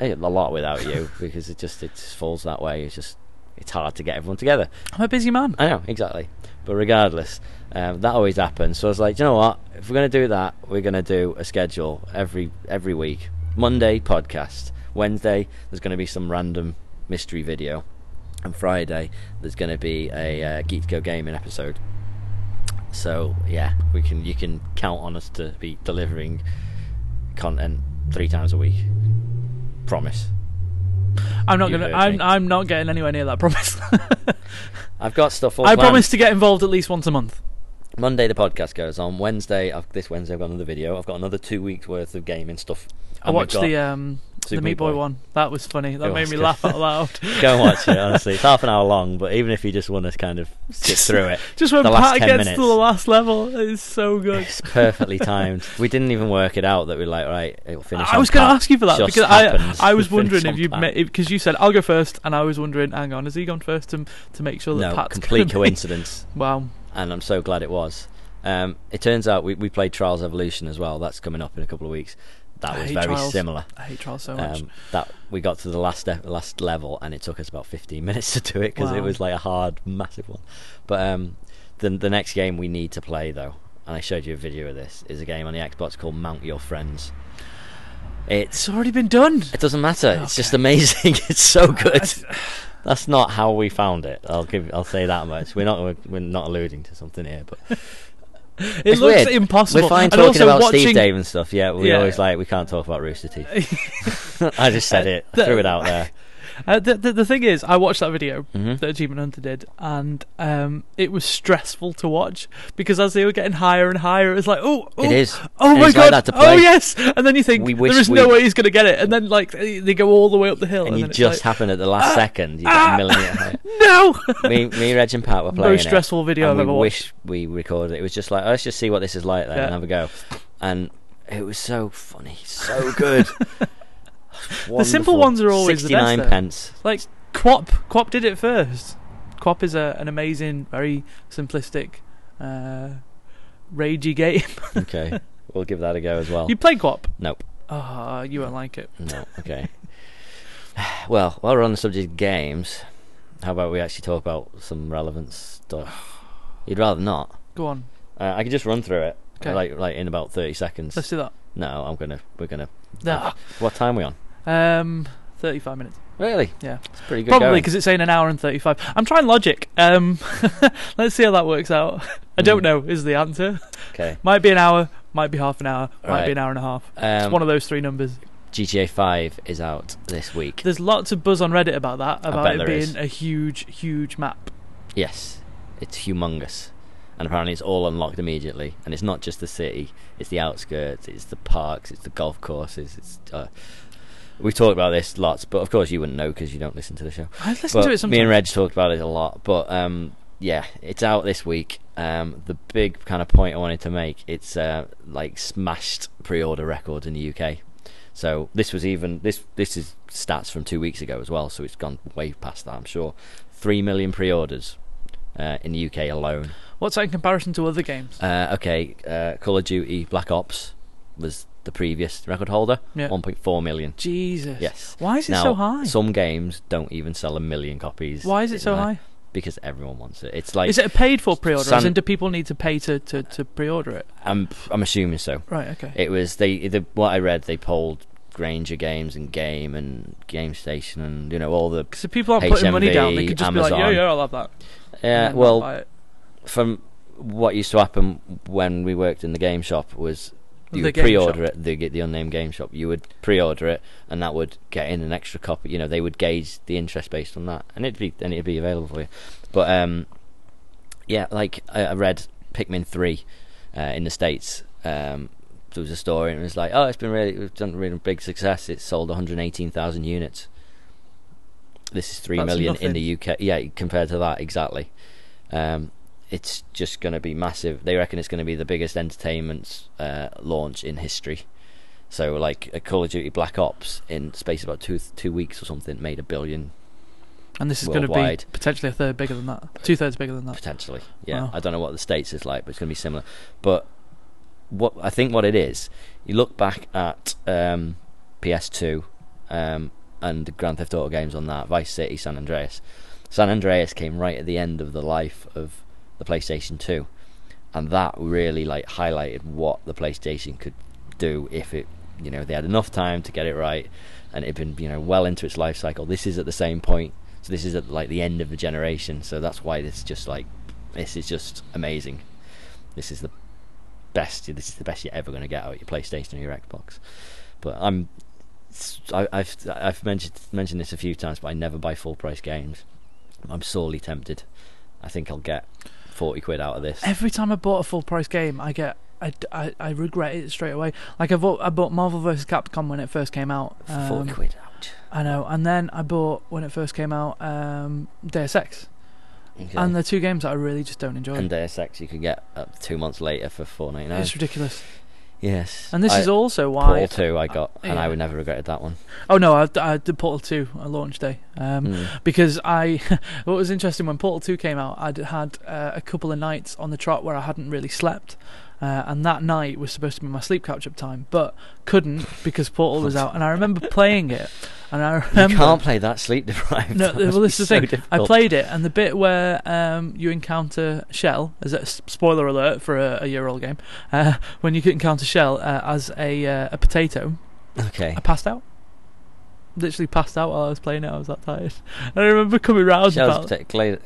[SPEAKER 3] Eh, a lot without you because it just it just falls that way. It's just it's hard to get everyone together.
[SPEAKER 1] I'm a busy man.
[SPEAKER 3] I know, exactly. But regardless, um, that always happens. So I was like, "Do you know what? If we're going to do that, we're going to do a schedule every every week. Monday podcast, Wednesday there's going to be some random mystery video, and Friday there's going to be a uh, Geek Go Gaming episode. So yeah, we can you can count on us to be delivering content three times a week. Promise.
[SPEAKER 1] I'm not
[SPEAKER 3] You
[SPEAKER 1] gonna.
[SPEAKER 3] heard
[SPEAKER 1] I'm
[SPEAKER 3] me.
[SPEAKER 1] I'm not getting anywhere near that promise.
[SPEAKER 3] I've got stuff. All
[SPEAKER 1] I
[SPEAKER 3] planned.
[SPEAKER 1] promise to get involved at least once a month.
[SPEAKER 3] Monday the podcast goes on. Wednesday, I've, this Wednesday I've got another video. I've got another two weeks worth of gaming stuff.
[SPEAKER 1] I watched the um the
[SPEAKER 3] Oh Super
[SPEAKER 1] Meat
[SPEAKER 3] Meat
[SPEAKER 1] Boy,
[SPEAKER 3] Boy.
[SPEAKER 1] one. That was funny. That
[SPEAKER 3] It
[SPEAKER 1] made
[SPEAKER 3] was
[SPEAKER 1] me
[SPEAKER 3] good.
[SPEAKER 1] laugh out loud.
[SPEAKER 3] Go and watch it. Honestly, it's half an hour long, but even if you just want to kind of sit through it,
[SPEAKER 1] Just when
[SPEAKER 3] The last
[SPEAKER 1] Pat
[SPEAKER 3] 10
[SPEAKER 1] gets
[SPEAKER 3] minutes.
[SPEAKER 1] to the last level, it's so good.
[SPEAKER 3] it's perfectly timed. We didn't even work it out that we're like, right, it'll finish.
[SPEAKER 1] I
[SPEAKER 3] on
[SPEAKER 1] was going to
[SPEAKER 3] Pat.
[SPEAKER 1] ask you for that
[SPEAKER 3] Just
[SPEAKER 1] because
[SPEAKER 3] happens.
[SPEAKER 1] I I was
[SPEAKER 3] We'll finish
[SPEAKER 1] wondering if
[SPEAKER 3] on
[SPEAKER 1] you
[SPEAKER 3] Pat.
[SPEAKER 1] because you said I'll go first, and I was wondering, hang on, has he gone first to to make sure that
[SPEAKER 3] no
[SPEAKER 1] Pat's
[SPEAKER 3] complete
[SPEAKER 1] gonna be-
[SPEAKER 3] coincidence,
[SPEAKER 1] Wow,
[SPEAKER 3] and I'm so glad it was. Um, it turns out we, we played Trials Evolution as well. That's coming up in a couple of weeks. That
[SPEAKER 1] I
[SPEAKER 3] was
[SPEAKER 1] hate
[SPEAKER 3] very
[SPEAKER 1] Trials.
[SPEAKER 3] similar.
[SPEAKER 1] I hate trials so much.
[SPEAKER 3] um, that we got to the last e- last level and it took us about 15 minutes to do it because it
[SPEAKER 1] Wow.
[SPEAKER 3] was like a hard massive one but um, the, the next game we need to play though and i showed you a video of this is a game on the xbox called mount your friends it's
[SPEAKER 1] It's already been done.
[SPEAKER 3] it doesn't matter it's just
[SPEAKER 1] Okay.
[SPEAKER 3] amazing it's so good
[SPEAKER 1] I-
[SPEAKER 3] that's not how we found it i'll give i'll say that much we're not we're, we're not alluding to something here but
[SPEAKER 1] It
[SPEAKER 3] it's
[SPEAKER 1] looks
[SPEAKER 3] weird.
[SPEAKER 1] impossible.
[SPEAKER 3] we're fine
[SPEAKER 1] And
[SPEAKER 3] talking
[SPEAKER 1] also
[SPEAKER 3] about
[SPEAKER 1] watching,
[SPEAKER 3] steve dave and stuff yeah we
[SPEAKER 1] Yeah.
[SPEAKER 3] always like we can't talk about rooster teeth i just said it I
[SPEAKER 1] That-
[SPEAKER 3] threw it out there
[SPEAKER 1] Uh, the, the the thing is, I watched that video
[SPEAKER 3] Mhm.
[SPEAKER 1] that Achievement Hunter did, and um, it was stressful to watch because as they were getting higher and higher, it was like, oh, oh
[SPEAKER 3] it is
[SPEAKER 1] Oh
[SPEAKER 3] And
[SPEAKER 1] my
[SPEAKER 3] it's
[SPEAKER 1] god!
[SPEAKER 3] like that to play.
[SPEAKER 1] Oh yes! And then you think
[SPEAKER 3] We wish
[SPEAKER 1] there is no
[SPEAKER 3] we-
[SPEAKER 1] way he's going to get it, and then like they they go all the way up the hill,
[SPEAKER 3] and,
[SPEAKER 1] and,
[SPEAKER 3] you
[SPEAKER 1] then
[SPEAKER 3] just
[SPEAKER 1] it's like,
[SPEAKER 3] happen at the last
[SPEAKER 1] "Ah,
[SPEAKER 3] second. You get
[SPEAKER 1] ah."
[SPEAKER 3] a millimeter higher.
[SPEAKER 1] no.
[SPEAKER 3] me, me, Reg, and Pat were playing.
[SPEAKER 1] Most stressful
[SPEAKER 3] it,
[SPEAKER 1] video
[SPEAKER 3] and
[SPEAKER 1] I've ever
[SPEAKER 3] we
[SPEAKER 1] watched.
[SPEAKER 3] wish we recorded it. It was just like, let's just see what this is like then
[SPEAKER 1] Yeah.
[SPEAKER 3] and have a go. And it was so funny, so good.
[SPEAKER 1] The simple
[SPEAKER 3] Wonderful.
[SPEAKER 1] ones are always the best,
[SPEAKER 3] 69
[SPEAKER 1] though.
[SPEAKER 3] pence.
[SPEAKER 1] Like Quap, Quap did it first. Quap is a, an amazing, very simplistic, uh, ragey game.
[SPEAKER 3] Okay, we'll give that a go as well.
[SPEAKER 1] You play Quap?
[SPEAKER 3] Nope.
[SPEAKER 1] Ah, you won't like it.
[SPEAKER 3] No, okay. well, while we're on the subject of games, how about we actually talk about some relevant stuff? You'd rather not.
[SPEAKER 1] Go on,
[SPEAKER 3] Uh, I could just run through it,
[SPEAKER 1] Okay.
[SPEAKER 3] like like in about thirty seconds.
[SPEAKER 1] let's do that.
[SPEAKER 3] No, I'm gonna. We're gonna.
[SPEAKER 1] No.
[SPEAKER 3] What time are we on?
[SPEAKER 1] Um, thirty-five minutes.
[SPEAKER 3] Really?
[SPEAKER 1] Yeah.
[SPEAKER 3] It's pretty good.
[SPEAKER 1] Probably
[SPEAKER 3] going.
[SPEAKER 1] because it's saying an hour and 35. I'm trying logic. Um, let's see how that works out. I don't
[SPEAKER 3] Mm.
[SPEAKER 1] know, is the answer.
[SPEAKER 3] Okay.
[SPEAKER 1] Might be an hour, might be half an hour, might
[SPEAKER 3] Right.
[SPEAKER 1] be an hour and a half. It's
[SPEAKER 3] Um,
[SPEAKER 1] one of those three numbers.
[SPEAKER 3] GTA 5 is out this week.
[SPEAKER 1] There's lots of buzz on Reddit about that, about
[SPEAKER 3] bet
[SPEAKER 1] it
[SPEAKER 3] there
[SPEAKER 1] being
[SPEAKER 3] is.
[SPEAKER 1] a huge, huge map.
[SPEAKER 3] Yes, it's humongous, and apparently it's all unlocked immediately. And it's not just the city; it's the outskirts, it's the parks, it's the golf courses. It's uh, We've talked about this lots, but of course you wouldn't know because you don't listen to the show.
[SPEAKER 1] I listen
[SPEAKER 3] But
[SPEAKER 1] to it
[SPEAKER 3] me
[SPEAKER 1] sometimes.
[SPEAKER 3] and Reg talked about it a lot, but um, yeah, it's out this week. Um, the big kind of point I wanted to make it's uh, like smashed pre-order record in the UK. So this was even this this is stats from two weeks ago as well. So it's gone way past that, I'm sure. Three million pre-orders uh, in the UK alone.
[SPEAKER 1] What's that in comparison to other games?
[SPEAKER 3] Uh, okay, uh, Call of Duty Black Ops was the previous record holder,
[SPEAKER 1] Yeah.
[SPEAKER 3] 1.4 million.
[SPEAKER 1] Jesus.
[SPEAKER 3] Yes.
[SPEAKER 1] Why is it
[SPEAKER 3] now,
[SPEAKER 1] so high?
[SPEAKER 3] Some games don't even sell a million copies.
[SPEAKER 1] Why is it so
[SPEAKER 3] Like,
[SPEAKER 1] high?
[SPEAKER 3] Because everyone wants it. It's like
[SPEAKER 1] is it a paid for pre order?
[SPEAKER 3] Sun-
[SPEAKER 1] As in, do people need to pay to, to, to pre order it?
[SPEAKER 3] I'm I'm assuming so.
[SPEAKER 1] Right, okay.
[SPEAKER 3] It was they the what I read they polled Granger Games and Game and Game Station and you know all the
[SPEAKER 1] Because if people aren't putting money down, they
[SPEAKER 3] HMV,
[SPEAKER 1] could just be like,
[SPEAKER 3] Amazon.
[SPEAKER 1] yeah, yeah, I'll have that.
[SPEAKER 3] uh,
[SPEAKER 1] and not
[SPEAKER 3] well
[SPEAKER 1] buy it.
[SPEAKER 3] from what used to happen when we worked in the game shop was you
[SPEAKER 1] The
[SPEAKER 3] would
[SPEAKER 1] game
[SPEAKER 3] pre-order
[SPEAKER 1] shop.
[SPEAKER 3] it the the unnamed game shop you would pre-order it and that would get in an extra copy you know they would gauge the interest based on that and it'd be and it'd be available for you but um yeah like I, I read Pikmin 3 uh, in the states um there was a story and it was like oh it's been really it's done really big success it's sold 118,000 units this is three
[SPEAKER 1] That's
[SPEAKER 3] million
[SPEAKER 1] nothing.
[SPEAKER 3] in the UK yeah compared to that exactly um it's just going to be massive. They reckon it's going to be the biggest entertainment uh, launch in history. So, like a Call of Duty Black Ops in space of about two two weeks or something made a billion
[SPEAKER 1] And this is going to
[SPEAKER 3] worldwide.
[SPEAKER 1] be potentially a third bigger than that. Two thirds bigger than that.
[SPEAKER 3] potentially. Yeah,
[SPEAKER 1] Wow.
[SPEAKER 3] I don't know what the states is like, but it's going to be similar. But what I think what it is, you look back at um, PS2 um, and the Grand Theft Auto games on that, Vice City, San Andreas. San Andreas came right at the end of the life of the PlayStation 2, and that really like highlighted what the PlayStation could do if it, you know, they had enough time to get it right, and it'd been you know well into its life cycle. This is at the same point, so this is at like the end of the generation. So that's why this just like this is just amazing. This is the best. This is the best you're ever going to get out of your PlayStation or your Xbox. But I'm, I, I've I've mentioned mentioned this a few times, but I never buy full price games. I'm sorely tempted. I think I'll get forty quid out of this.
[SPEAKER 1] Every time I bought a full price game, I get. I, I, I regret it straight away. Like I bought I bought Marvel vs Capcom when it first came out. um,
[SPEAKER 3] forty quid out.
[SPEAKER 1] I know, and then I bought when it first came out um, Deus Ex, and the two games that I really just don't enjoy.
[SPEAKER 3] and Deus Ex you can get up two months later for four ninety nine.
[SPEAKER 1] It's ridiculous.
[SPEAKER 3] Yes,
[SPEAKER 1] And this
[SPEAKER 3] I-
[SPEAKER 1] is also why.
[SPEAKER 3] Portal Two I got, and I
[SPEAKER 1] Yeah.
[SPEAKER 3] would never regretted that one.
[SPEAKER 1] Oh no, I, I did Portal Two on launch day. Um,
[SPEAKER 3] Mm.
[SPEAKER 1] because I what was interesting when Portal 2 came out I'd had uh, a couple of nights on the trot where I hadn't really slept uh, and that night was supposed to be my sleep catch up time but couldn't because Portal was out and I remember playing it and I remember
[SPEAKER 3] You can't play that sleep deprived.
[SPEAKER 1] no,
[SPEAKER 3] That
[SPEAKER 1] well, this
[SPEAKER 3] must be
[SPEAKER 1] is the
[SPEAKER 3] so
[SPEAKER 1] thing. I
[SPEAKER 3] difficult.
[SPEAKER 1] played it, and the bit where um, you encounter Shell, as a s- spoiler alert for a, a year-old game, uh, when you encounter Shell uh, as a uh, a potato,
[SPEAKER 3] Okay.
[SPEAKER 1] I passed out. Literally passed out while I was playing it. I was that tired. And I remember coming round
[SPEAKER 3] Shell's
[SPEAKER 1] about.
[SPEAKER 3] potato- Glade-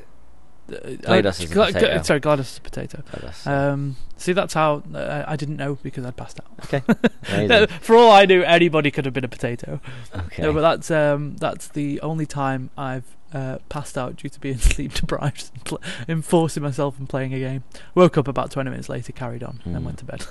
[SPEAKER 1] uh,
[SPEAKER 3] Gladys is a
[SPEAKER 1] Gla- Gla-
[SPEAKER 3] potato.
[SPEAKER 1] Sorry, Gladys is a potato.
[SPEAKER 3] Gladys.
[SPEAKER 1] Um, see, that's how uh, I didn't know because I'd passed out.
[SPEAKER 3] Amazing.
[SPEAKER 1] For all I knew, anybody could have been a potato.
[SPEAKER 3] okay.
[SPEAKER 1] No, but that's um, that's the only time I've uh, passed out due to being sleep deprived and pl- and forcing myself and playing a game. Woke up about twenty minutes later, carried on, and
[SPEAKER 3] Hmm.
[SPEAKER 1] then went to bed.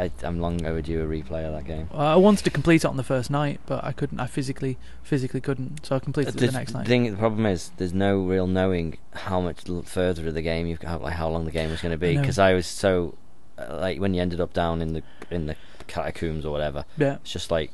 [SPEAKER 3] I, I'm long overdue a replay of that game.
[SPEAKER 1] I wanted to complete it on the first night, but I couldn't. I physically physically couldn't, so I completed it the next night.
[SPEAKER 3] thing, the problem is, there's no real knowing how much l- further of the game you've got, like how long the game was going to be.
[SPEAKER 1] know.
[SPEAKER 3] Because I was so, uh, like, when you ended up down in the in the catacombs or whatever,
[SPEAKER 1] yeah.
[SPEAKER 3] it's just like,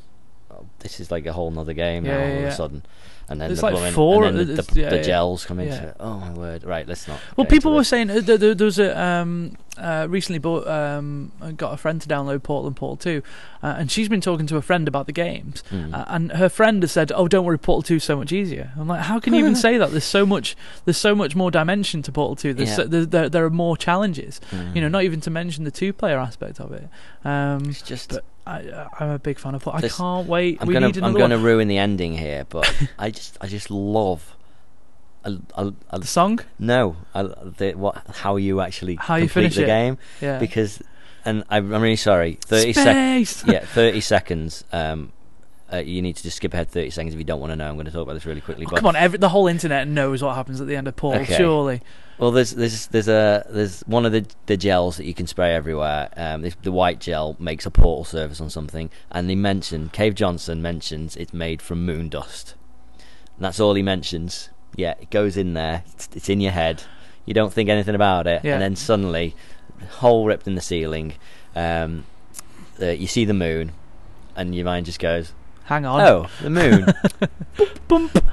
[SPEAKER 3] oh, this is like a whole nother game
[SPEAKER 1] Yeah,
[SPEAKER 3] now,
[SPEAKER 1] yeah,
[SPEAKER 3] all of
[SPEAKER 1] yeah.
[SPEAKER 3] a sudden. And then
[SPEAKER 1] There's
[SPEAKER 3] the
[SPEAKER 1] like
[SPEAKER 3] blooming-
[SPEAKER 1] four-
[SPEAKER 3] and then the,
[SPEAKER 1] it's-
[SPEAKER 3] the,
[SPEAKER 1] yeah,
[SPEAKER 3] the
[SPEAKER 1] yeah.
[SPEAKER 3] gels come into
[SPEAKER 1] Yeah.
[SPEAKER 3] it. Oh my word! Right, let's not.
[SPEAKER 1] Well,
[SPEAKER 3] get into
[SPEAKER 1] people were
[SPEAKER 3] this.
[SPEAKER 1] saying uh, there, there, there was a um, uh, recently bought um, I got a friend to download Portal and Portal Two, uh, and she's been talking to a friend about the games,
[SPEAKER 3] Mm.
[SPEAKER 1] uh, and her friend has said, "Oh, don't worry, Portal Two is so much easier." I'm like, "How can you even say that? There's so much, there's so much more dimension to Portal Two. There's
[SPEAKER 3] Yeah.
[SPEAKER 1] so, there, there, there are more challenges.
[SPEAKER 3] Mm.
[SPEAKER 1] You know, not even to mention the two-player aspect of it. Um,
[SPEAKER 3] It's just
[SPEAKER 1] but I, I'm a big fan of Portal. I
[SPEAKER 3] This-
[SPEAKER 1] can't wait.
[SPEAKER 3] I'm
[SPEAKER 1] we
[SPEAKER 3] gonna
[SPEAKER 1] need
[SPEAKER 3] I'm
[SPEAKER 1] another
[SPEAKER 3] gonna
[SPEAKER 1] one.
[SPEAKER 3] ruin the ending here, but I just I just love. I, I, I,
[SPEAKER 1] The song,
[SPEAKER 3] no, I, the, what how you actually
[SPEAKER 1] How you
[SPEAKER 3] complete
[SPEAKER 1] finish
[SPEAKER 3] the
[SPEAKER 1] it.
[SPEAKER 3] game
[SPEAKER 1] yeah.
[SPEAKER 3] because and I, I'm really sorry. Thirty seconds.
[SPEAKER 1] Space.
[SPEAKER 3] yeah, thirty seconds. Um, uh, you need to just skip ahead 30 seconds if you don't want to know. I'm going to talk about this really quickly.
[SPEAKER 1] Oh,
[SPEAKER 3] but
[SPEAKER 1] come on, every, the whole internet knows what happens at the end of Paul,
[SPEAKER 3] Okay.
[SPEAKER 1] surely.
[SPEAKER 3] Well, there's there's there's a there's one of the the gels that you can spray everywhere. Um, this, the white gel makes a portal surface on something, and they mention Cave Johnson mentions it's made from moon dust. And that's all he mentions. Yeah, it goes in there. It's, it's in your head. You don't think anything about it,
[SPEAKER 1] Yeah.
[SPEAKER 3] and then suddenly, hole ripped in the ceiling. Um, uh, you see the moon, and your mind just goes,
[SPEAKER 1] Hang on.
[SPEAKER 3] "Oh, the moon."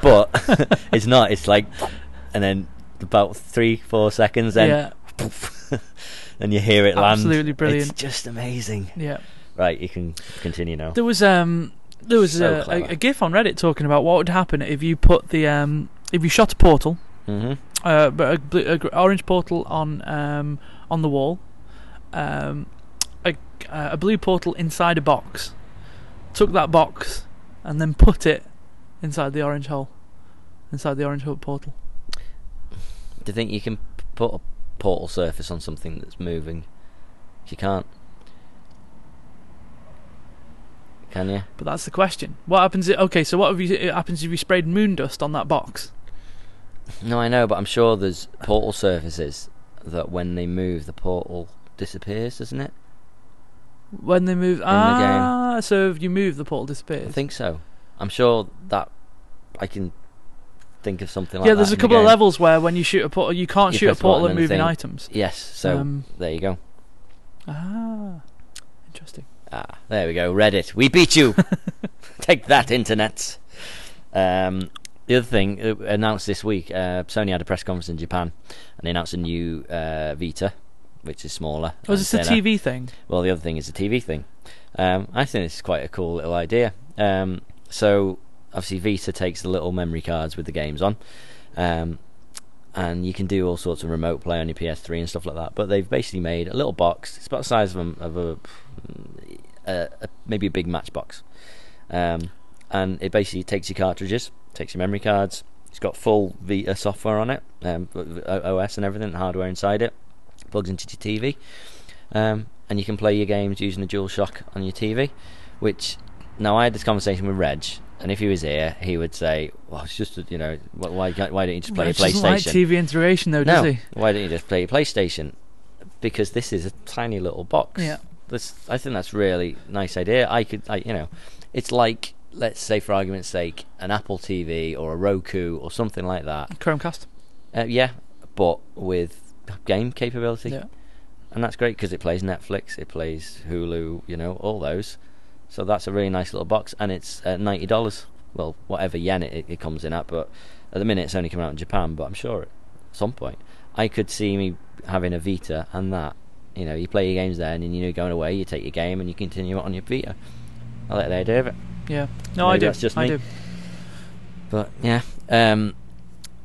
[SPEAKER 3] but it's not. It's like, and then about three, four seconds, then
[SPEAKER 1] yeah,
[SPEAKER 3] and you hear it land.
[SPEAKER 1] Absolutely brilliant.
[SPEAKER 3] It's just amazing.
[SPEAKER 1] yeah.
[SPEAKER 3] Right, you can continue now.
[SPEAKER 1] There was um, there was
[SPEAKER 3] So
[SPEAKER 1] a, a,
[SPEAKER 3] clever.
[SPEAKER 1] a GIF on Reddit talking about what would happen if you put the um, if you shot a portal,
[SPEAKER 3] hmm
[SPEAKER 1] uh, but a, blue, a gr- orange portal on um, on the wall, um, a, uh, a blue portal inside a box, took that box and then put it inside the orange hole, inside the orange hole portal.
[SPEAKER 3] Do you think you can p- put a portal surface on something that's moving? You can't. Can you?
[SPEAKER 1] But that's the question. What happens? i- Okay, so what if you, it happens if you sprayed moon dust on that box?
[SPEAKER 3] No, I know, but I'm sure there's portal surfaces that when they move, the portal disappears, doesn't it?
[SPEAKER 1] When they move,
[SPEAKER 3] the game.
[SPEAKER 1] ah, so if you move, the portal
[SPEAKER 3] I
[SPEAKER 1] disappears.
[SPEAKER 3] think so. I'm sure that I can think of something like
[SPEAKER 1] yeah,
[SPEAKER 3] that.
[SPEAKER 1] there's a
[SPEAKER 3] in the
[SPEAKER 1] couple of
[SPEAKER 3] game.
[SPEAKER 1] levels where when you shoot a portal, you can't
[SPEAKER 3] You
[SPEAKER 1] shoot a
[SPEAKER 3] press the
[SPEAKER 1] portal
[SPEAKER 3] button
[SPEAKER 1] and
[SPEAKER 3] and
[SPEAKER 1] moving
[SPEAKER 3] thing.
[SPEAKER 1] items.
[SPEAKER 3] Yes, so
[SPEAKER 1] Um,
[SPEAKER 3] there you go.
[SPEAKER 1] ah, interesting.
[SPEAKER 3] Ah, there we go. Reddit, we beat you. Take that, internet. Um, the other thing uh, announced this week, uh, Sony had a press conference in Japan, and they announced a new uh, Vita, which is smaller.
[SPEAKER 1] Oh, is
[SPEAKER 3] and
[SPEAKER 1] this a
[SPEAKER 3] thinner.
[SPEAKER 1] TV thing?
[SPEAKER 3] Well, the other thing is the TV thing. Um, I think this is quite a cool little idea. Um, so, obviously, Vita takes the little memory cards with the games on, um, and you can do all sorts of remote play on your PS3 and stuff like that. But they've basically made a little box. It's about the size of a, of a, mm, a, a maybe a big matchbox, um, and it basically takes your cartridges, takes your memory cards. It's got full Vita software on it, um, O- OS and everything, hardware inside it. Plugs into your TV, um, and you can play your games using the DualShock on your TV. Which now I had this conversation with Reg, and if he was here, he would say, "Well, it's just that, you know, wh- why can't- why don't you just play
[SPEAKER 1] He
[SPEAKER 3] your
[SPEAKER 1] doesn't like
[SPEAKER 3] PlayStation?"
[SPEAKER 1] TV integration though, does
[SPEAKER 3] no,
[SPEAKER 1] he?
[SPEAKER 3] why don't you just play your PlayStation? Because this is a tiny little box.
[SPEAKER 1] Yeah.
[SPEAKER 3] That's, I think that's really nice idea. I could, I, you know, it's like let's say for argument's sake, an Apple TV or a Roku or something like that.
[SPEAKER 1] Chromecast.
[SPEAKER 3] Uh, yeah, but with game capability
[SPEAKER 1] Yeah.
[SPEAKER 3] and that's great because it plays Netflix, it plays Hulu, you know, all those. So that's a really nice little box, and it's uh, ninety dollars. Well, whatever yen it, it comes in at, but at the minute it's only coming out in Japan. But I'm sure at some point I could see me having a Vita and that. You know, you play your games there, and then you know going away, you take your game and you continue it on your Vita. I like the idea of it.
[SPEAKER 1] Yeah. No, I
[SPEAKER 3] Maybe
[SPEAKER 1] do.
[SPEAKER 3] that's just
[SPEAKER 1] I
[SPEAKER 3] me.
[SPEAKER 1] do.
[SPEAKER 3] But yeah, um,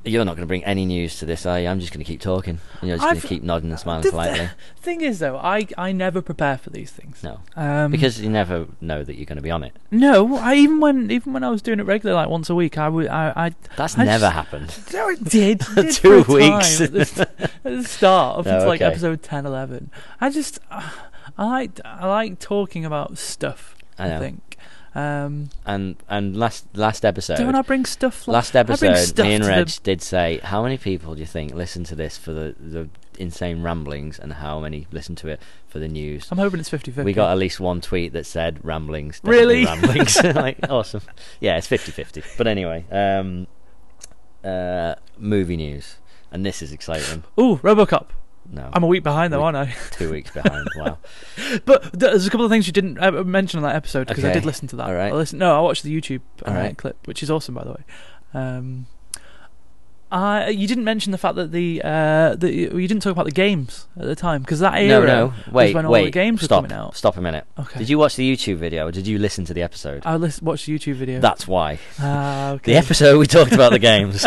[SPEAKER 3] you're not going to bring any news to this, are you? I'm just going to keep talking. and You're just going
[SPEAKER 1] I've-
[SPEAKER 3] to keep nodding and smiling
[SPEAKER 1] Did
[SPEAKER 3] politely.
[SPEAKER 1] Thing is though, I I never prepare for these things.
[SPEAKER 3] No.
[SPEAKER 1] Um,
[SPEAKER 3] Because you never know that you're going to be on it.
[SPEAKER 1] no, I even when even when I was doing it regularly, like once a week, I would I I
[SPEAKER 3] That's
[SPEAKER 1] I
[SPEAKER 3] never
[SPEAKER 1] just-
[SPEAKER 3] happened.
[SPEAKER 1] no, it did, it did
[SPEAKER 3] Two
[SPEAKER 1] for a time
[SPEAKER 3] weeks.
[SPEAKER 1] at, the, st- at the start up
[SPEAKER 3] No,
[SPEAKER 1] until like
[SPEAKER 3] okay.
[SPEAKER 1] episode 10, 11. I just uh, I like I like talking about stuff.
[SPEAKER 3] I know.
[SPEAKER 1] think. Um,
[SPEAKER 3] And and last last episode,
[SPEAKER 1] don't I bring stuff? Like,
[SPEAKER 3] last
[SPEAKER 1] I
[SPEAKER 3] episode,
[SPEAKER 1] bring stuff
[SPEAKER 3] me and
[SPEAKER 1] to
[SPEAKER 3] Reg
[SPEAKER 1] the-
[SPEAKER 3] did say, how many people do you think listen to this for the, the insane ramblings, and how many listen to it for the news?
[SPEAKER 1] I'm hoping it's 50-50.
[SPEAKER 3] We got at least one tweet that said ramblings.
[SPEAKER 1] Really?
[SPEAKER 3] definitely Ramblings. like, awesome. Yeah, it's 50 50. But anyway, um, uh, movie news. And this is exciting.
[SPEAKER 1] Ooh, RoboCop.
[SPEAKER 3] No.
[SPEAKER 1] I'm a week behind though,
[SPEAKER 3] We-
[SPEAKER 1] aren't I?
[SPEAKER 3] two weeks behind. Wow.
[SPEAKER 1] But th- there's a couple of things you didn't uh, mention on that episode because I
[SPEAKER 3] Okay.
[SPEAKER 1] did listen to that.
[SPEAKER 3] All right.
[SPEAKER 1] I listened, no, I watched the YouTube uh,
[SPEAKER 3] All right.
[SPEAKER 1] clip, which is awesome, by the way. Um, I, you didn't mention the fact that the uh, the you didn't talk about the games at the time because that
[SPEAKER 3] No,
[SPEAKER 1] era.
[SPEAKER 3] no. Wait,
[SPEAKER 1] when all the
[SPEAKER 3] wait.
[SPEAKER 1] games were
[SPEAKER 3] stop.
[SPEAKER 1] coming out.
[SPEAKER 3] Stop a minute.
[SPEAKER 1] Okay. Oh,
[SPEAKER 3] Did you watch the YouTube video or did you listen to the episode?
[SPEAKER 1] I lis- watched the YouTube video.
[SPEAKER 3] That's why.
[SPEAKER 1] Ah, okay.
[SPEAKER 3] The episode we talked about the games.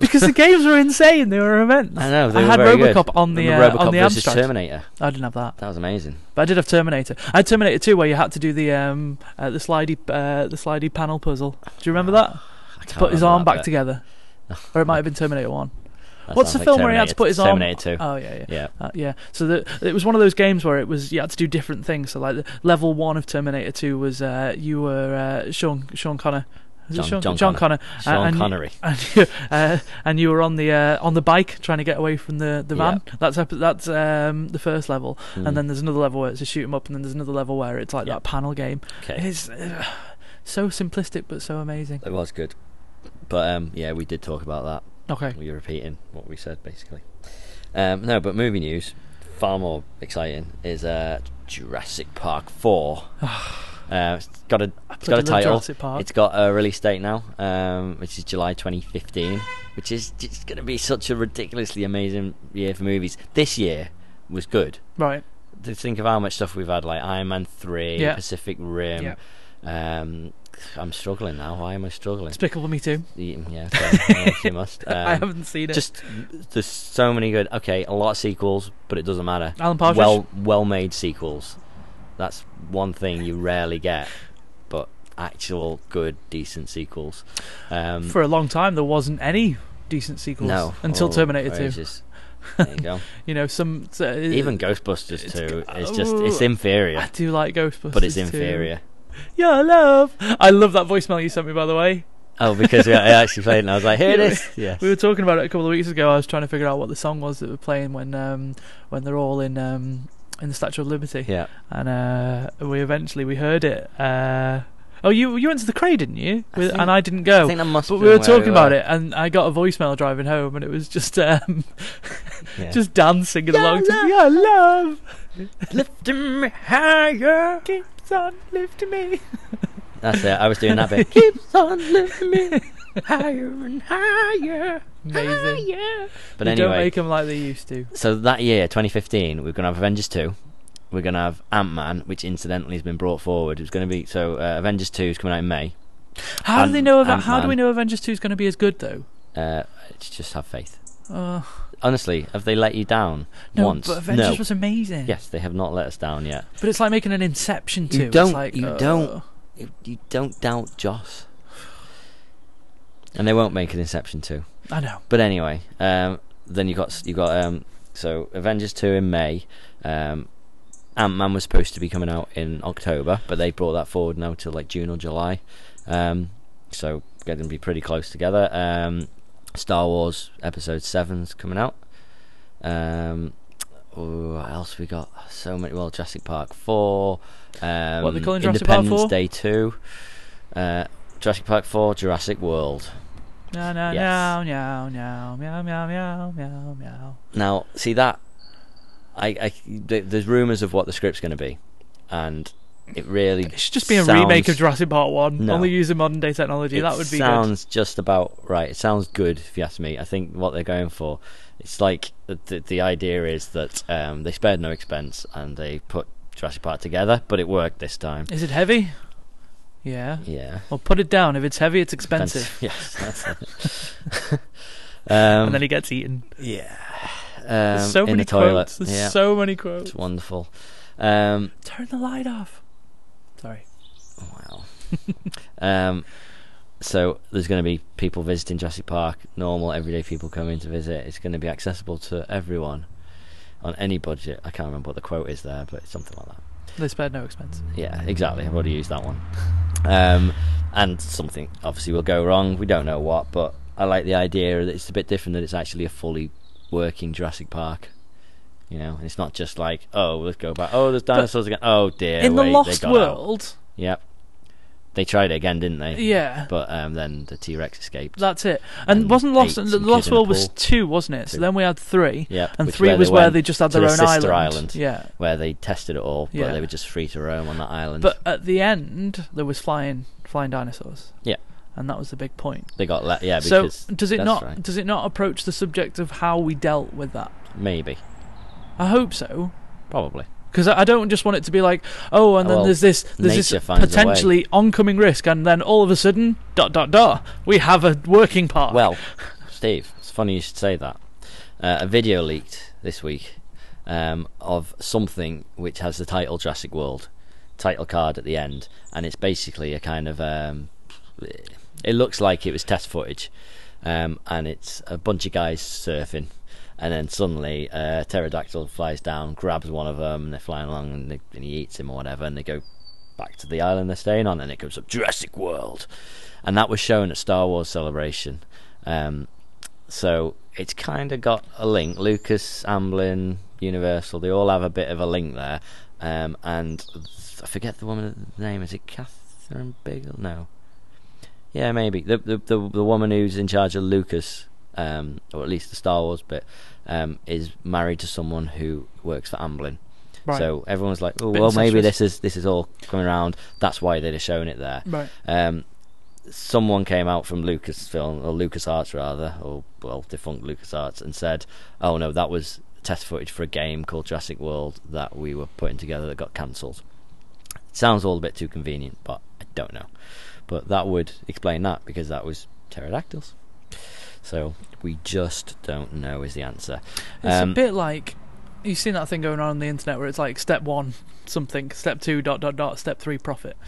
[SPEAKER 1] because the games were insane. They were immense.
[SPEAKER 3] I know. They
[SPEAKER 1] I
[SPEAKER 3] were
[SPEAKER 1] had
[SPEAKER 3] very good.
[SPEAKER 1] RoboCop on the,
[SPEAKER 3] And
[SPEAKER 1] uh, on the
[SPEAKER 3] RoboCop versus
[SPEAKER 1] abstract.
[SPEAKER 3] Terminator.
[SPEAKER 1] I didn't have that,
[SPEAKER 3] That was amazing.
[SPEAKER 1] but I did have Terminator. I had Terminator 2 where you had to do the um uh, the slidey uh, the slidey panel puzzle. Do you remember that?
[SPEAKER 3] I can't
[SPEAKER 1] put his
[SPEAKER 3] remember
[SPEAKER 1] arm
[SPEAKER 3] that
[SPEAKER 1] back
[SPEAKER 3] bit.
[SPEAKER 1] together. or it might have been Terminator 1.
[SPEAKER 3] That
[SPEAKER 1] What's the
[SPEAKER 3] sounds like
[SPEAKER 1] film where he had to
[SPEAKER 3] Terminator-
[SPEAKER 1] put his arm?
[SPEAKER 3] Terminator 2.
[SPEAKER 1] Oh yeah, yeah.
[SPEAKER 3] yeah.
[SPEAKER 1] Uh, yeah, so the, it was one of those games where it was you had to do different things. So like the level one of Terminator Two was uh, you were uh, Sean Sean Connor, Was it
[SPEAKER 3] John-
[SPEAKER 1] Sean,
[SPEAKER 3] John
[SPEAKER 1] Connor, Uh,
[SPEAKER 3] Sean
[SPEAKER 1] and,
[SPEAKER 3] Connery.
[SPEAKER 1] and you, uh, and you were on the uh, on the bike trying to get away from the the van. That's ep- that's um, the first level,
[SPEAKER 3] Hmm.
[SPEAKER 1] and then there's another level where it's a shoot 'em up, and then there's another level where it's like
[SPEAKER 3] Yeah.
[SPEAKER 1] that panel game.
[SPEAKER 3] Okay.
[SPEAKER 1] It's uh, so simplistic but so amazing.
[SPEAKER 3] It was good. But um, yeah, we did talk about that.
[SPEAKER 1] Okay,
[SPEAKER 3] We're repeating what we said basically. Um, no, but movie news, far more exciting, is uh, Jurassic Park Four. uh, it's got a
[SPEAKER 1] I
[SPEAKER 3] it's got a
[SPEAKER 1] bloody love
[SPEAKER 3] title.
[SPEAKER 1] Jurassic Park.
[SPEAKER 3] It's got a release date now, um, which is July 2015, which is just going to be such a ridiculously amazing year for movies. This year was good.
[SPEAKER 1] right.
[SPEAKER 3] To think of how much stuff we've had, like Iron Man 3,
[SPEAKER 1] Yeah.
[SPEAKER 3] Pacific Rim.
[SPEAKER 1] Yeah.
[SPEAKER 3] Um, I'm struggling now. Why am I struggling?
[SPEAKER 1] Despicable Me Too.
[SPEAKER 3] Yeah, yeah, fair. Yeah, you must.
[SPEAKER 1] I
[SPEAKER 3] Um,
[SPEAKER 1] haven't seen it.
[SPEAKER 3] just there's so many good. Okay, a lot of sequels, but it doesn't matter.
[SPEAKER 1] Alan Uh, Partridge.
[SPEAKER 3] Well, well-made sequels. That's one thing you rarely get, but actual good, decent sequels. Um,
[SPEAKER 1] for a long time there wasn't any decent sequels
[SPEAKER 3] no,
[SPEAKER 1] until
[SPEAKER 3] Oh,
[SPEAKER 1] Terminator 2
[SPEAKER 3] outrageous. There you go.
[SPEAKER 1] you know some uh,
[SPEAKER 3] Even Ghostbusters
[SPEAKER 1] it's-
[SPEAKER 3] Two is just
[SPEAKER 1] oh,
[SPEAKER 3] it's inferior,
[SPEAKER 1] I do like Ghostbusters
[SPEAKER 3] but it's
[SPEAKER 1] too.
[SPEAKER 3] inferior.
[SPEAKER 1] yeah love I love that voicemail you sent me by the way
[SPEAKER 3] Oh, because we- I actually played it and I was like, here it
[SPEAKER 1] Yeah.
[SPEAKER 3] is. Yes.
[SPEAKER 1] we were talking about it a couple of weeks ago I was trying to figure out what the song was that we're playing when um, when they're all in um, in the Statue of Liberty
[SPEAKER 3] Yeah.
[SPEAKER 1] and uh, we eventually we heard it uh, oh you you went to the cray didn't you
[SPEAKER 3] I
[SPEAKER 1] With,
[SPEAKER 3] think-
[SPEAKER 1] and I didn't go
[SPEAKER 3] I think that must.
[SPEAKER 1] but
[SPEAKER 3] have
[SPEAKER 1] we
[SPEAKER 3] been
[SPEAKER 1] were
[SPEAKER 3] where
[SPEAKER 1] talking about it, and I got a voicemail driving home, and it was just um,
[SPEAKER 3] Yeah.
[SPEAKER 1] just Dan singing along to
[SPEAKER 3] love.
[SPEAKER 1] "Yeah, love
[SPEAKER 3] lifting me higher.
[SPEAKER 1] keeps on lifting me."
[SPEAKER 3] That's it. I was doing that bit.
[SPEAKER 1] keeps on lifting me higher and higher. Amazing.
[SPEAKER 3] But
[SPEAKER 1] They don't
[SPEAKER 3] anyway,
[SPEAKER 1] make them like they used to.
[SPEAKER 3] so that year, 2015, we're going to have Avengers 2. We're going to have Ant Man, which incidentally has been brought forward. It's going to be so uh, Avengers 2 is coming out in May.
[SPEAKER 1] How do they
[SPEAKER 3] Ant-
[SPEAKER 1] know? Ava- how do
[SPEAKER 3] Ant-Man.
[SPEAKER 1] we know Avengers Two is going to be as good though?
[SPEAKER 3] Uh, it's just have faith.
[SPEAKER 1] Uh,
[SPEAKER 3] Honestly, have they let you down
[SPEAKER 1] no,
[SPEAKER 3] once?
[SPEAKER 1] but Avengers
[SPEAKER 3] no.
[SPEAKER 1] was amazing.
[SPEAKER 3] Yes, they have not let us down yet.
[SPEAKER 1] but it's like making an Inception too.
[SPEAKER 3] You don't-
[SPEAKER 1] It's like,
[SPEAKER 3] you
[SPEAKER 1] uh,
[SPEAKER 3] don't. You, you don't doubt Joss. And they won't make an Inception 2.
[SPEAKER 1] I know.
[SPEAKER 3] But anyway, um, then you got you got um, so Avengers two in May. Um, Ant Man was supposed to be coming out in October, but they brought that forward now till like June or July. Um, so going to be pretty close together. Um, Star Wars Episode Seven's coming out. Um, ooh, what else we got? So many. Well, Jurassic Park four. Um,
[SPEAKER 1] What are they calling Jurassic Park
[SPEAKER 3] Independence
[SPEAKER 1] 4?
[SPEAKER 3] Day two. Uh, Jurassic Park four. Jurassic World.
[SPEAKER 1] Meow, meow,
[SPEAKER 3] Yes.
[SPEAKER 1] meow, meow, meow, meow, meow, meow, meow, meow.
[SPEAKER 3] Now, see that I, I th- there's rumors of what the script's going to be, and it really
[SPEAKER 1] It should just be a
[SPEAKER 3] sounds-
[SPEAKER 1] remake of Jurassic Park One,
[SPEAKER 3] No.
[SPEAKER 1] only using modern day technology.
[SPEAKER 3] It
[SPEAKER 1] that would be good.
[SPEAKER 3] sounds just about right. It sounds good if you ask me. I think what they're going for, it's like the the, the idea is that um, they spared no expense and they put Jurassic Park together, but it worked this time.
[SPEAKER 1] Is it heavy? Yeah.
[SPEAKER 3] Yeah,
[SPEAKER 1] Well, put it down. If it's heavy, it's expensive.
[SPEAKER 3] yes, that's it. um,
[SPEAKER 1] and then he gets eaten.
[SPEAKER 3] yeah, um,
[SPEAKER 1] There's so
[SPEAKER 3] in
[SPEAKER 1] many
[SPEAKER 3] the toilet.
[SPEAKER 1] quotes. There's
[SPEAKER 3] yeah,
[SPEAKER 1] so many quotes.
[SPEAKER 3] it's wonderful. Um,
[SPEAKER 1] Turn the light off. Sorry.
[SPEAKER 3] Wow. um, so there's going to be people visiting Jurassic Park, normal everyday people coming to visit. It's going to be accessible to everyone on any budget. I can't remember what the quote is there, but it's something like that.
[SPEAKER 1] They spared no expense.
[SPEAKER 3] Yeah, exactly. I've already used that one. Um, and something obviously will go wrong. We don't know what, but I like the idea that it's a bit different. That it's actually a fully working Jurassic Park. You know, and it's not just like, oh, let's go back. Oh, there's dinosaurs again. Oh dear.
[SPEAKER 1] In
[SPEAKER 3] wait,
[SPEAKER 1] the
[SPEAKER 3] they
[SPEAKER 1] Lost
[SPEAKER 3] got out.
[SPEAKER 1] World,
[SPEAKER 3] Yep. They tried it again, didn't they?
[SPEAKER 1] Yeah.
[SPEAKER 3] But um, then the T Rex escaped.
[SPEAKER 1] that's it. And,
[SPEAKER 3] And
[SPEAKER 1] wasn't Lost
[SPEAKER 3] ate
[SPEAKER 1] and
[SPEAKER 3] some kid
[SPEAKER 1] Lost
[SPEAKER 3] in a
[SPEAKER 1] World was
[SPEAKER 3] pool.
[SPEAKER 1] two, wasn't it? So
[SPEAKER 3] Two.
[SPEAKER 1] then we had three,
[SPEAKER 3] Yep.
[SPEAKER 1] and
[SPEAKER 3] which
[SPEAKER 1] three was where
[SPEAKER 3] went
[SPEAKER 1] they just had
[SPEAKER 3] to
[SPEAKER 1] their
[SPEAKER 3] the
[SPEAKER 1] own
[SPEAKER 3] sister island.
[SPEAKER 1] Yeah.
[SPEAKER 3] where they tested it all, but
[SPEAKER 1] Yeah.
[SPEAKER 3] they were just free to roam on that island.
[SPEAKER 1] But at the end, there was flying flying dinosaurs.
[SPEAKER 3] Yeah.
[SPEAKER 1] And that was the big point.
[SPEAKER 3] they got let, yeah,
[SPEAKER 1] so
[SPEAKER 3] because
[SPEAKER 1] does it
[SPEAKER 3] that's
[SPEAKER 1] not
[SPEAKER 3] right.
[SPEAKER 1] does it not approach the subject of how we dealt with that?
[SPEAKER 3] maybe,
[SPEAKER 1] I hope so.
[SPEAKER 3] probably,
[SPEAKER 1] Because I I don't just want it to be like, oh, and then
[SPEAKER 3] Well,
[SPEAKER 1] there's this, there's
[SPEAKER 3] nature
[SPEAKER 1] this
[SPEAKER 3] finds a way.
[SPEAKER 1] potentially oncoming risk, and then all of a sudden, dot dot dot, we have a working park.
[SPEAKER 3] Well, Steve, it's funny you should say that. Uh, a video leaked this week um, of something which has the title Jurassic World title card at the end, and it's basically a kind of. Um, it looks like it was test footage um, and it's a bunch of guys surfing, and then suddenly a pterodactyl flies down, grabs one of them, and they're flying along, and, they, and he eats him or whatever, and they go back to the island they're staying on, and it comes up Jurassic World, and that was shown at Star Wars Celebration, um, so it's kind of got a link. Lucas, Amblin, Universal, they all have a bit of a link there, um, and I forget the woman's name. Is it Catherine Bigelow? No. Yeah, maybe the the the, the woman who's in charge of Lucas, um, or at least the Star Wars bit, um, is married to someone who works for Amblin.
[SPEAKER 1] Right.
[SPEAKER 3] So everyone's like, oh
[SPEAKER 1] Bit
[SPEAKER 3] well, maybe
[SPEAKER 1] incestuous.
[SPEAKER 3] this is this is all coming around. That's why they'd have shown it there.
[SPEAKER 1] Right.
[SPEAKER 3] Um, someone came out from Lucasfilm or LucasArts rather, or well, defunct LucasArts, and said, "Oh no, that was test footage for a game called Jurassic World that we were putting together that got cancelled." Sounds all a bit too convenient, but I don't know. But that would explain that because that was pterodactyls. So we just don't know is the answer.
[SPEAKER 1] It's
[SPEAKER 3] Um,
[SPEAKER 1] a bit like you've seen that thing going on on the internet where it's like step one something, step two dot dot dot, step three profit.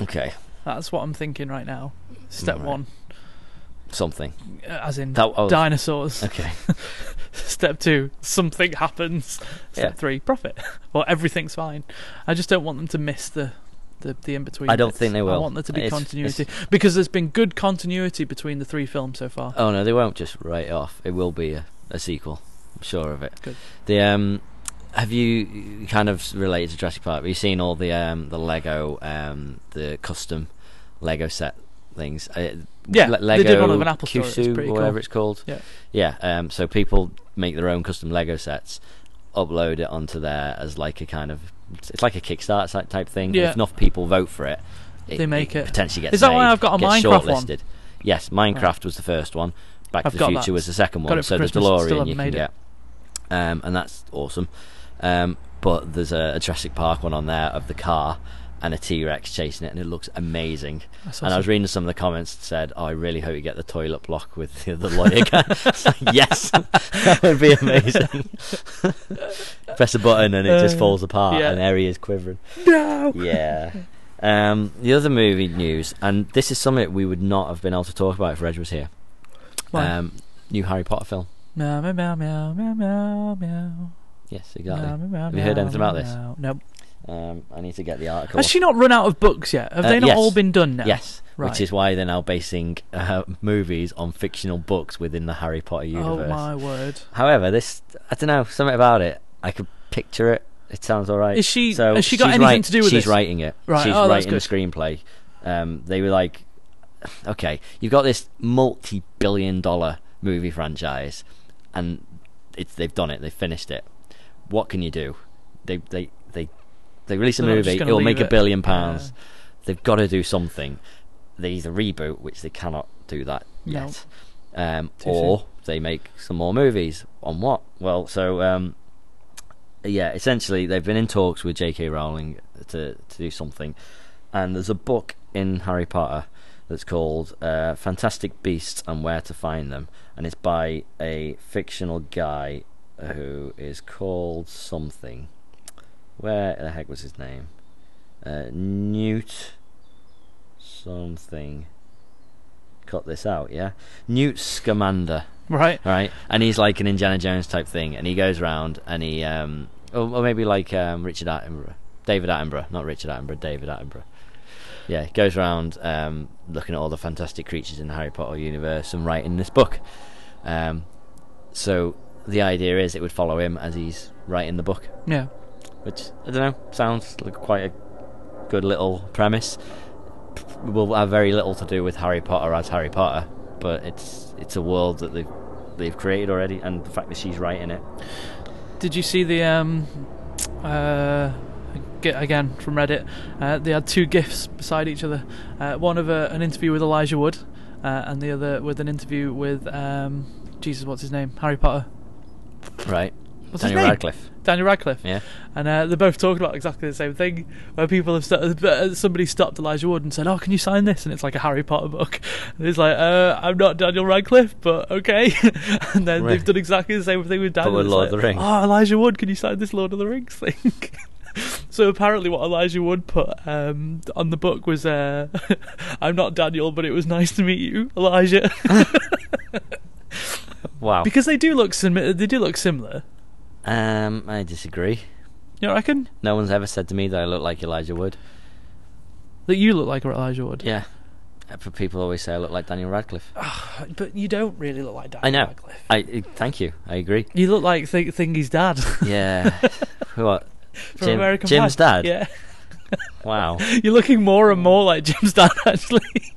[SPEAKER 3] Okay,
[SPEAKER 1] That's what I'm thinking right now. Step
[SPEAKER 3] Right.
[SPEAKER 1] one,
[SPEAKER 3] something.
[SPEAKER 1] uh, as in
[SPEAKER 3] That was,
[SPEAKER 1] dinosaurs.
[SPEAKER 3] okay.
[SPEAKER 1] step two, something happens. Step
[SPEAKER 3] Yeah.
[SPEAKER 1] three, profit. Or everything's fine. I just don't want them to miss the the, the in between.
[SPEAKER 3] I don't think they
[SPEAKER 1] I
[SPEAKER 3] will.
[SPEAKER 1] want there to be
[SPEAKER 3] It's-
[SPEAKER 1] continuity because there's been good continuity between the three films so far.
[SPEAKER 3] Oh no, they won't just write it off. It will be a, a sequel. I'm sure of it.
[SPEAKER 1] Good.
[SPEAKER 3] The um, have you kind of related to Jurassic Park? Have you seen all the um the Lego um the custom Lego set things? Uh,
[SPEAKER 1] Yeah,
[SPEAKER 3] Le-
[SPEAKER 1] they
[SPEAKER 3] Lego
[SPEAKER 1] did one of an Apple store, it was
[SPEAKER 3] Kusu,
[SPEAKER 1] pretty
[SPEAKER 3] or
[SPEAKER 1] cool.
[SPEAKER 3] whatever it's called.
[SPEAKER 1] Yeah.
[SPEAKER 3] yeah. Um, so people make their own custom Lego sets, upload it onto there as like a kind of it's like a Kickstarter type- type thing.
[SPEAKER 1] Yeah.
[SPEAKER 3] If enough people vote for it,
[SPEAKER 1] They make it.
[SPEAKER 3] potentially gets
[SPEAKER 1] Is that
[SPEAKER 3] made,
[SPEAKER 1] why I've got a
[SPEAKER 3] gets
[SPEAKER 1] Minecraft one?
[SPEAKER 3] shortlisted. Yes, Minecraft was the first one. Back
[SPEAKER 1] I've
[SPEAKER 3] to the
[SPEAKER 1] got
[SPEAKER 3] Future
[SPEAKER 1] that.
[SPEAKER 3] was the second
[SPEAKER 1] Got
[SPEAKER 3] one.
[SPEAKER 1] it for
[SPEAKER 3] So there's
[SPEAKER 1] Christmas, still
[SPEAKER 3] DeLorean
[SPEAKER 1] haven't
[SPEAKER 3] you can
[SPEAKER 1] made
[SPEAKER 3] get,
[SPEAKER 1] it.
[SPEAKER 3] um, and that's awesome. Um, but there's a, a Jurassic Park one on there of the car and a T Rex chasing it, and it looks amazing.
[SPEAKER 1] That's
[SPEAKER 3] And I
[SPEAKER 1] awesome.
[SPEAKER 3] was reading some of the comments that said, oh, "I really hope you get the toilet block with the, the lawyer guy." It's like, yes, that would be amazing. Press a button and it just
[SPEAKER 1] Uh,
[SPEAKER 3] falls apart,
[SPEAKER 1] yeah.
[SPEAKER 3] and there he is quivering
[SPEAKER 1] no.
[SPEAKER 3] yeah. Um, the other movie news, and this is something we would not have been able to talk about if Reg was here.
[SPEAKER 1] Why?
[SPEAKER 3] Um, new Harry Potter film.
[SPEAKER 1] meow meow meow meow meow meow meow.
[SPEAKER 3] Yes, exactly.
[SPEAKER 1] Meow, meow, meow,
[SPEAKER 3] Have you heard
[SPEAKER 1] meow,
[SPEAKER 3] anything about this?
[SPEAKER 1] meow. No.
[SPEAKER 3] Um, I need to get the article.
[SPEAKER 1] Has she not run out of books yet? Have
[SPEAKER 3] Uh,
[SPEAKER 1] they not
[SPEAKER 3] yes.
[SPEAKER 1] all been done now?
[SPEAKER 3] Yes,
[SPEAKER 1] Right.
[SPEAKER 3] which is why they're now basing uh, movies on fictional books within the Harry Potter universe.
[SPEAKER 1] Oh my word!
[SPEAKER 3] However, this I don't know something about it. I could picture it. It sounds all right.
[SPEAKER 1] Is she-
[SPEAKER 3] So
[SPEAKER 1] has she got
[SPEAKER 3] she's
[SPEAKER 1] anything
[SPEAKER 3] write-
[SPEAKER 1] to do with
[SPEAKER 3] She's
[SPEAKER 1] this?
[SPEAKER 3] writing it.
[SPEAKER 1] Right,
[SPEAKER 3] She's
[SPEAKER 1] oh, that's
[SPEAKER 3] writing the screenplay. Um, they were like, okay, you've got this multi-billion-dollar movie franchise, and it's they've done it. They've finished it. What can you do? They they they they release a
[SPEAKER 1] They're not just
[SPEAKER 3] movie.
[SPEAKER 1] gonna
[SPEAKER 3] It'll
[SPEAKER 1] leave
[SPEAKER 3] make a
[SPEAKER 1] it.
[SPEAKER 3] billion
[SPEAKER 1] Yeah.
[SPEAKER 3] pounds. They've got to do something. They either reboot, which they cannot do that
[SPEAKER 1] No.
[SPEAKER 3] yet, um,
[SPEAKER 1] Too soon.
[SPEAKER 3] or they make some more movies on what? Well, so um, yeah, essentially they've been in talks with J.K. Rowling to to do something, and there's a book in Harry Potter that's called uh, Fantastic Beasts and Where to Find Them, and it's by a fictional guy who is called something. Where the heck was his name? Uh, Newt something. Cut this out, yeah. Newt Scamander.
[SPEAKER 1] Right.
[SPEAKER 3] Right, and he's like an Indiana Jones type thing, and he goes round and he, um, or, or maybe like um, Richard Attenborough, David Attenborough, not Richard Attenborough, David Attenborough. Yeah, he goes round um, looking at all the fantastic creatures in the Harry Potter universe and writing this book. Um, so the idea is it would follow him as he's writing the book,
[SPEAKER 1] Yeah.
[SPEAKER 3] which I don't know sounds like quite a good little premise. Will have very little to do with Harry Potter as Harry Potter, but it's it's a world that they've they've created already, and the fact that she's writing it.
[SPEAKER 1] Did you see the um, uh, ge- again from Reddit? Uh, they had two gifs beside each other. Uh, one of a, an interview with Elijah Wood, uh, and the other with an interview with um, Jesus, what's his name? Harry Potter.
[SPEAKER 3] Right,
[SPEAKER 1] What's his
[SPEAKER 3] Daniel
[SPEAKER 1] name?
[SPEAKER 3] Radcliffe.
[SPEAKER 1] Daniel Radcliffe.
[SPEAKER 3] Yeah,
[SPEAKER 1] And uh, they both talked about exactly the same thing, where people have st- uh, somebody stopped Elijah Wood and said, "Oh, can you sign this?" And it's like a Harry Potter book. And he's like, uh, "I'm not Daniel Radcliffe, but okay." and then
[SPEAKER 3] Right.
[SPEAKER 1] they've done exactly the same thing with Daniel.
[SPEAKER 3] with
[SPEAKER 1] It's
[SPEAKER 3] Lord of
[SPEAKER 1] like,
[SPEAKER 3] the Rings.
[SPEAKER 1] Oh, Elijah Wood, can you sign this Lord of the Rings thing? so apparently, what Elijah Wood put um, on the book was, uh, "I'm not Daniel, but it was nice to meet you, Elijah."
[SPEAKER 3] wow.
[SPEAKER 1] because they do look similar. They do look similar.
[SPEAKER 3] Um, I disagree.
[SPEAKER 1] You know, I reckon
[SPEAKER 3] No one's ever said to me that I look like Elijah Wood.
[SPEAKER 1] that you look like Elijah Wood.
[SPEAKER 3] Yeah. Uh, but People always say I look like Daniel Radcliffe.
[SPEAKER 1] but you don't really look like Daniel
[SPEAKER 3] I know.
[SPEAKER 1] Radcliffe.
[SPEAKER 3] I I- thank you. I agree.
[SPEAKER 1] You look like Th- Thingy's dad.
[SPEAKER 3] Yeah. what?
[SPEAKER 1] From
[SPEAKER 3] Jim-
[SPEAKER 1] American
[SPEAKER 3] Jim's
[SPEAKER 1] Pie.
[SPEAKER 3] dad?
[SPEAKER 1] Yeah.
[SPEAKER 3] Wow.
[SPEAKER 1] You're looking more and more like Jim's dad, actually.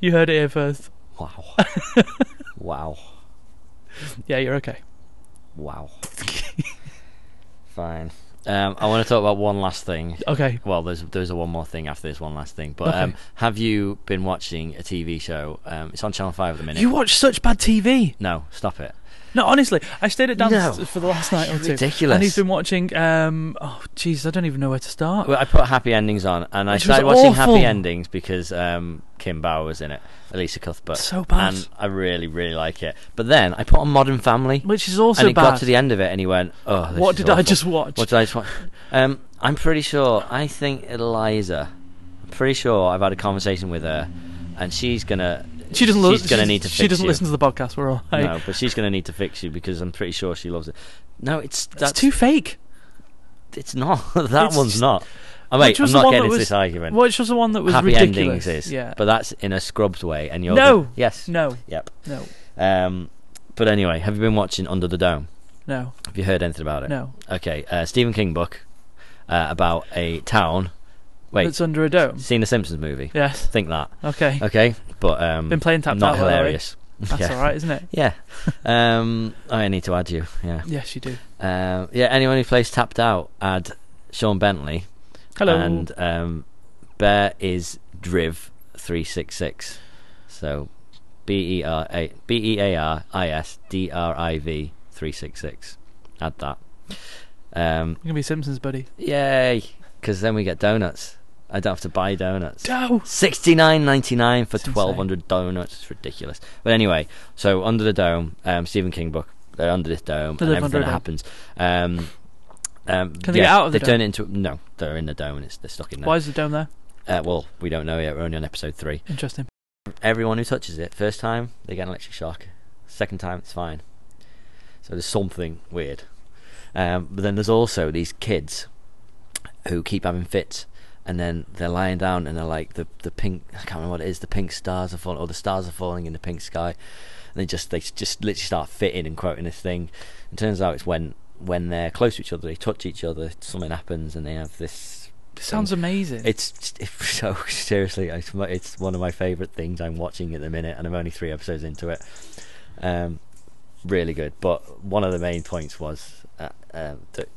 [SPEAKER 1] you heard it here first.
[SPEAKER 3] Wow. wow.
[SPEAKER 1] Yeah, you're okay.
[SPEAKER 3] Wow. Fine. Um, I want to talk about one last thing.
[SPEAKER 1] Okay.
[SPEAKER 3] Well, there's there's a one more thing after this one last thing. But
[SPEAKER 1] Oh. Okay.
[SPEAKER 3] um, have you been watching a TV show? Um, it's on Channel Five at the minute.
[SPEAKER 1] You watch such bad TV.
[SPEAKER 3] no, stop it.
[SPEAKER 1] No, honestly, I stayed at Dan's
[SPEAKER 3] No.
[SPEAKER 1] for the last night or
[SPEAKER 3] You're
[SPEAKER 1] two.
[SPEAKER 3] ridiculous.
[SPEAKER 1] And he's been watching. Um, oh, jeez, I don't even know where to start.
[SPEAKER 3] Well, I put Happy Endings on, and I
[SPEAKER 1] Which was
[SPEAKER 3] started watching
[SPEAKER 1] awful.
[SPEAKER 3] Happy Endings because um, Kim Bauer was in it, Elisa Cuthbert.
[SPEAKER 1] So bad.
[SPEAKER 3] And I really, really like it. But then I put on Modern Family,
[SPEAKER 1] Which is also
[SPEAKER 3] and it
[SPEAKER 1] bad.
[SPEAKER 3] got to the end of it, and he went, "Oh, this
[SPEAKER 1] what
[SPEAKER 3] is
[SPEAKER 1] did I
[SPEAKER 3] awful."
[SPEAKER 1] just watch?
[SPEAKER 3] What did I just watch? Um, I'm pretty sure. I think Eliza. I'm pretty sure I've had a conversation with her, and she's gonna.
[SPEAKER 1] she doesn't.
[SPEAKER 3] She's
[SPEAKER 1] li-
[SPEAKER 3] gonna
[SPEAKER 1] she-
[SPEAKER 3] need to.
[SPEAKER 1] She
[SPEAKER 3] fix
[SPEAKER 1] doesn't
[SPEAKER 3] you.
[SPEAKER 1] listen to the podcast. We're all like,
[SPEAKER 3] No, but she's gonna need to fix you because I'm pretty sure she loves it. No, it's
[SPEAKER 1] That's
[SPEAKER 3] that's
[SPEAKER 1] too fake.
[SPEAKER 3] It's not. that
[SPEAKER 1] It's
[SPEAKER 3] one's
[SPEAKER 1] just-
[SPEAKER 3] not. Oh,
[SPEAKER 1] Which
[SPEAKER 3] wait,
[SPEAKER 1] was
[SPEAKER 3] I'm
[SPEAKER 1] the
[SPEAKER 3] not
[SPEAKER 1] one that
[SPEAKER 3] getting into
[SPEAKER 1] was-
[SPEAKER 3] this argument.
[SPEAKER 1] Which was the one that was
[SPEAKER 3] Happy
[SPEAKER 1] ridiculous.
[SPEAKER 3] endings is,
[SPEAKER 1] Yeah.
[SPEAKER 3] but that's in a Scrubs way, and you're
[SPEAKER 1] No.
[SPEAKER 3] the- yes,
[SPEAKER 1] no,
[SPEAKER 3] yep.
[SPEAKER 1] no,
[SPEAKER 3] Um, but anyway, have you been watching Under the Dome?
[SPEAKER 1] no,
[SPEAKER 3] Have you heard anything about it?
[SPEAKER 1] no.
[SPEAKER 3] Okay, uh, Stephen King book uh, about a town. Wait,
[SPEAKER 1] It's under a dome.
[SPEAKER 3] seen a Simpsons movie?
[SPEAKER 1] Yes.
[SPEAKER 3] Think that.
[SPEAKER 1] Okay.
[SPEAKER 3] Okay, but um,
[SPEAKER 1] Been playing tap out,
[SPEAKER 3] not
[SPEAKER 1] by the way.
[SPEAKER 3] hilarious.
[SPEAKER 1] That's
[SPEAKER 3] yeah.
[SPEAKER 1] all right, isn't it?
[SPEAKER 3] Yeah. Um, oh, I need to add you. Yeah.
[SPEAKER 1] Yes, you do.
[SPEAKER 3] Um, yeah. Anyone who plays tapped out, add Sean Bentley.
[SPEAKER 1] Hello.
[SPEAKER 3] And um, Bear is Driv three six six. So B E R A B E A R I S D R I V three six six. Add that. Um,
[SPEAKER 1] You're gonna be Simpsons, buddy.
[SPEAKER 3] yay! Because then we get donuts. I don't have to buy donuts.
[SPEAKER 1] No.
[SPEAKER 3] Sixty nine ninety nine for
[SPEAKER 1] It's insane.
[SPEAKER 3] twelve hundred donuts. It's ridiculous. But anyway, so under the dome, um, Stephen King book. They're under this dome,
[SPEAKER 1] They
[SPEAKER 3] and
[SPEAKER 1] live under
[SPEAKER 3] everything
[SPEAKER 1] a dome.
[SPEAKER 3] happens. Um, um,
[SPEAKER 1] Can they
[SPEAKER 3] yeah,
[SPEAKER 1] get out of the
[SPEAKER 3] they turn it into no. They're in the dome, and it's they're stuck in there.
[SPEAKER 1] Why is the dome there?
[SPEAKER 3] Uh, well, we don't know yet. We're only on episode three.
[SPEAKER 1] Interesting.
[SPEAKER 3] Everyone who touches it, first time they get an electric shock. Second time, it's fine. So there's something weird. Um, but then there's also these kids who keep having fits, and then they're lying down and they're like the the pink. I can't remember what it is. The pink stars are falling, or the stars are falling in the pink sky, and they just they just literally start fitting and quoting this thing. It turns out it's when when they're close to each other, they touch each other, something happens, and they have this. thing.
[SPEAKER 1] Sounds amazing.
[SPEAKER 3] It's it's so seriously, it's my- it's one of my favourite things I'm watching at the minute, and I'm only three episodes into it. Um, really good. But one of the main points was uh, uh, that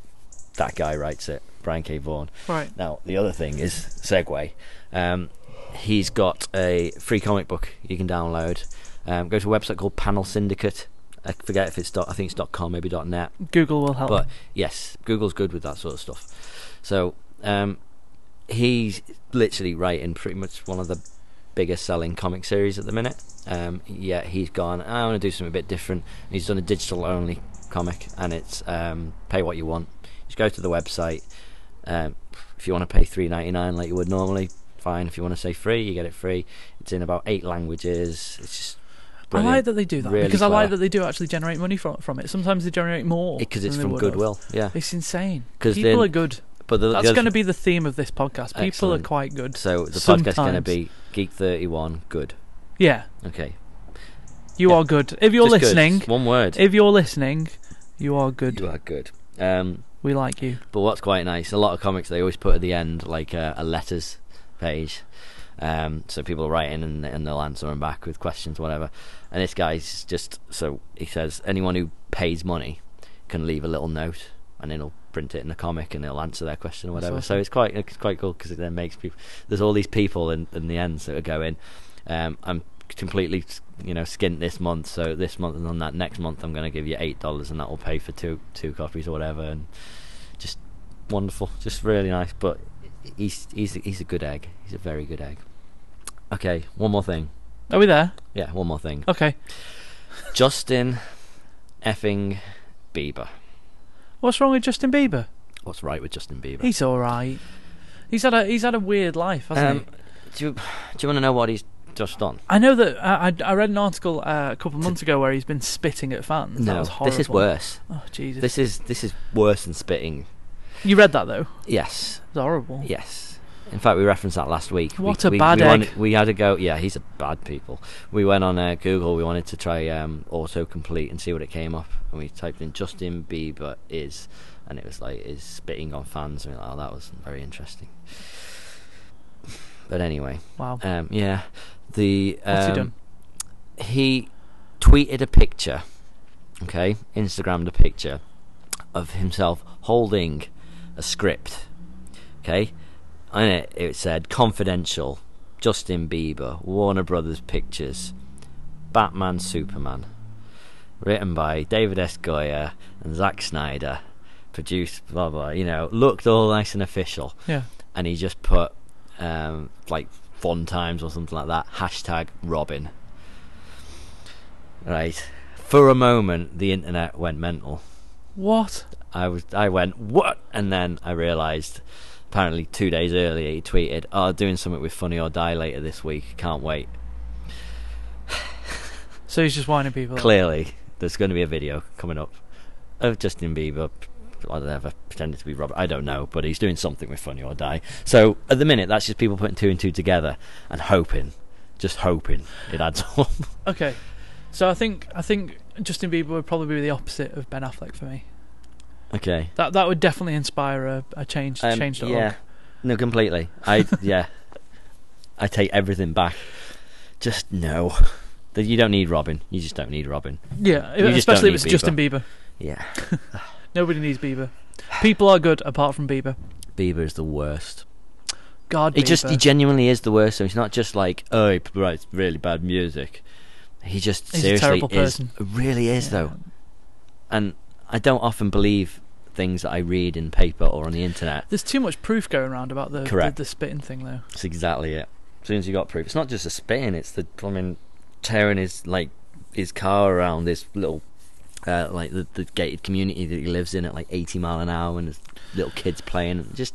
[SPEAKER 3] that guy writes it, Brian K. Vaughan.
[SPEAKER 1] right.
[SPEAKER 3] Now the other thing is Segway. Um, he's got a free comic book you can download. Um, go to a website called Panel Syndicate. I forget if it's dot, I think it's dot com, maybe dot net.
[SPEAKER 1] Google will help.
[SPEAKER 3] But yes, Google's good with that sort of stuff. So um, he's literally writing pretty much one of the biggest selling comic series at the minute. Um, yet he's gone. I want to do something a bit different. And he's done a digital only comic, and it's um, pay what you want. Just go to the website. Um, if you want to pay three ninety nine like you would normally, fine. If you want to say free, you get it free. It's in about eight languages. It's just
[SPEAKER 1] I
[SPEAKER 3] brilliant.
[SPEAKER 1] like that they do that
[SPEAKER 3] Really
[SPEAKER 1] because I like
[SPEAKER 3] clever.
[SPEAKER 1] that they do actually generate money from from it. Sometimes they generate more
[SPEAKER 3] because it's
[SPEAKER 1] than they
[SPEAKER 3] from
[SPEAKER 1] would have.
[SPEAKER 3] Goodwill. Yeah,
[SPEAKER 1] It's insane.
[SPEAKER 3] 'Cause
[SPEAKER 1] People
[SPEAKER 3] then-
[SPEAKER 1] are good.
[SPEAKER 3] but the, the
[SPEAKER 1] That's
[SPEAKER 3] other
[SPEAKER 1] going to be the theme of this podcast. People are
[SPEAKER 3] Excellent.
[SPEAKER 1] quite good.
[SPEAKER 3] So the podcast's going to
[SPEAKER 1] Sometimes.
[SPEAKER 3] be Geek Thirty One. Good.
[SPEAKER 1] Yeah,
[SPEAKER 3] Okay.
[SPEAKER 1] you
[SPEAKER 3] Yeah.
[SPEAKER 1] are good. If you're
[SPEAKER 3] Just good.
[SPEAKER 1] listening,
[SPEAKER 3] It's one word.
[SPEAKER 1] if you're listening, you are good.
[SPEAKER 3] You are good. Um,
[SPEAKER 1] we like you.
[SPEAKER 3] but what's quite nice, a lot of comics they always put at the end like uh, a, a letters page. Um, so people write in and, and they'll answer them back with questions, whatever. And this guy's just so he says anyone who pays money can leave a little note, and then he'll print it in the comic and they'll answer their question or
[SPEAKER 1] That's
[SPEAKER 3] whatever.
[SPEAKER 1] awesome.
[SPEAKER 3] So it's quite it's quite cool because it then makes people. There's all these people in, in the end that are going. Um, I'm completely you know skint this month, so this month and on that next month I'm going to give you eight dollars and that will pay for two two copies or whatever. And just wonderful, just really nice. But he's he's he's a good egg. He's a very good egg. Okay, one more thing.
[SPEAKER 1] Are we there?
[SPEAKER 3] Yeah, one more thing.
[SPEAKER 1] Okay.
[SPEAKER 3] Justin effing Bieber.
[SPEAKER 1] What's wrong with Justin Bieber?
[SPEAKER 3] What's right with Justin Bieber?
[SPEAKER 1] He's all right. He's had a he's had a weird life, hasn't
[SPEAKER 3] um, do you, do you want to know what he's just on.
[SPEAKER 1] I know that uh, I, I read an article uh, a couple of months ago where he's been spitting at fans. that was horrible.
[SPEAKER 3] this is worse.
[SPEAKER 1] Oh Jesus!
[SPEAKER 3] This is this is worse than spitting.
[SPEAKER 1] You read that though?
[SPEAKER 3] Yes,
[SPEAKER 1] It's horrible.
[SPEAKER 3] Yes. In fact, we referenced that last week. We-
[SPEAKER 1] What a
[SPEAKER 3] we,
[SPEAKER 1] bad
[SPEAKER 3] we wanted-
[SPEAKER 1] egg.
[SPEAKER 3] we had to go. Yeah, he's a bad people. We went on uh, Google. We wanted to try um, autocomplete and see what it came up. And we typed in Justin Bieber is, and it was like is spitting on fans. And we were like, oh, that was very interesting. But anyway,
[SPEAKER 1] Wow.
[SPEAKER 3] um, yeah, the um,
[SPEAKER 1] What's he done?
[SPEAKER 3] he tweeted a picture, okay, Instagrammed a picture of himself holding a script, okay, and it, it said confidential, Justin Bieber, Warner Brothers Pictures, Batman, Superman, written by David S. Goyer and Zack Snyder, produced blah blah, you know, looked all nice and official
[SPEAKER 1] Yeah.
[SPEAKER 3] and he just put um, like fun times or something like that hashtag robin right for a moment the internet went mental
[SPEAKER 1] What?
[SPEAKER 3] i was i went what and then i realized apparently two days earlier he tweeted oh doing something with funny or die later this week can't wait
[SPEAKER 1] So he's just whining people. out.
[SPEAKER 3] clearly there's going to be a video coming up of Justin Bieber. I don't know if I pretended to be Robert. I don't know, but he's doing something with Funny or Die. So at the minute, that's just people putting two and two together and hoping, just hoping it adds up.
[SPEAKER 1] Okay. So I think I think Justin Bieber would probably be the opposite of Ben Affleck for me.
[SPEAKER 3] okay.
[SPEAKER 1] That that would definitely inspire a, a change to
[SPEAKER 3] Um,
[SPEAKER 1] change to
[SPEAKER 3] yeah. No, completely. I yeah. I take everything back. Just no. That You don't need Robin. You just don't need Robin.
[SPEAKER 1] Yeah, e,
[SPEAKER 3] You just
[SPEAKER 1] especially if
[SPEAKER 3] don't
[SPEAKER 1] it's
[SPEAKER 3] need
[SPEAKER 1] Justin Bieber.
[SPEAKER 3] Yeah.
[SPEAKER 1] Nobody needs Bieber. People are good apart from Bieber.
[SPEAKER 3] Bieber is the worst.
[SPEAKER 1] God,
[SPEAKER 3] He
[SPEAKER 1] Bieber.
[SPEAKER 3] just he genuinely is the worst. So he's not just like oh he p- writes really bad music. He just
[SPEAKER 1] He's a
[SPEAKER 3] seriously
[SPEAKER 1] terrible
[SPEAKER 3] is
[SPEAKER 1] person.
[SPEAKER 3] really is
[SPEAKER 1] Yeah.
[SPEAKER 3] though. And I don't often believe things that I read in paper or on the internet.
[SPEAKER 1] There's too much proof going around about the the,
[SPEAKER 3] Correct.
[SPEAKER 1] the spitting thing though.
[SPEAKER 3] That's exactly it. As soon as you got proof, it's not just a spin. It's the I mean tearing his like his car around this little. Uh, like the, the gated community that he lives in at like 80 mile an hour and there's little kids playing just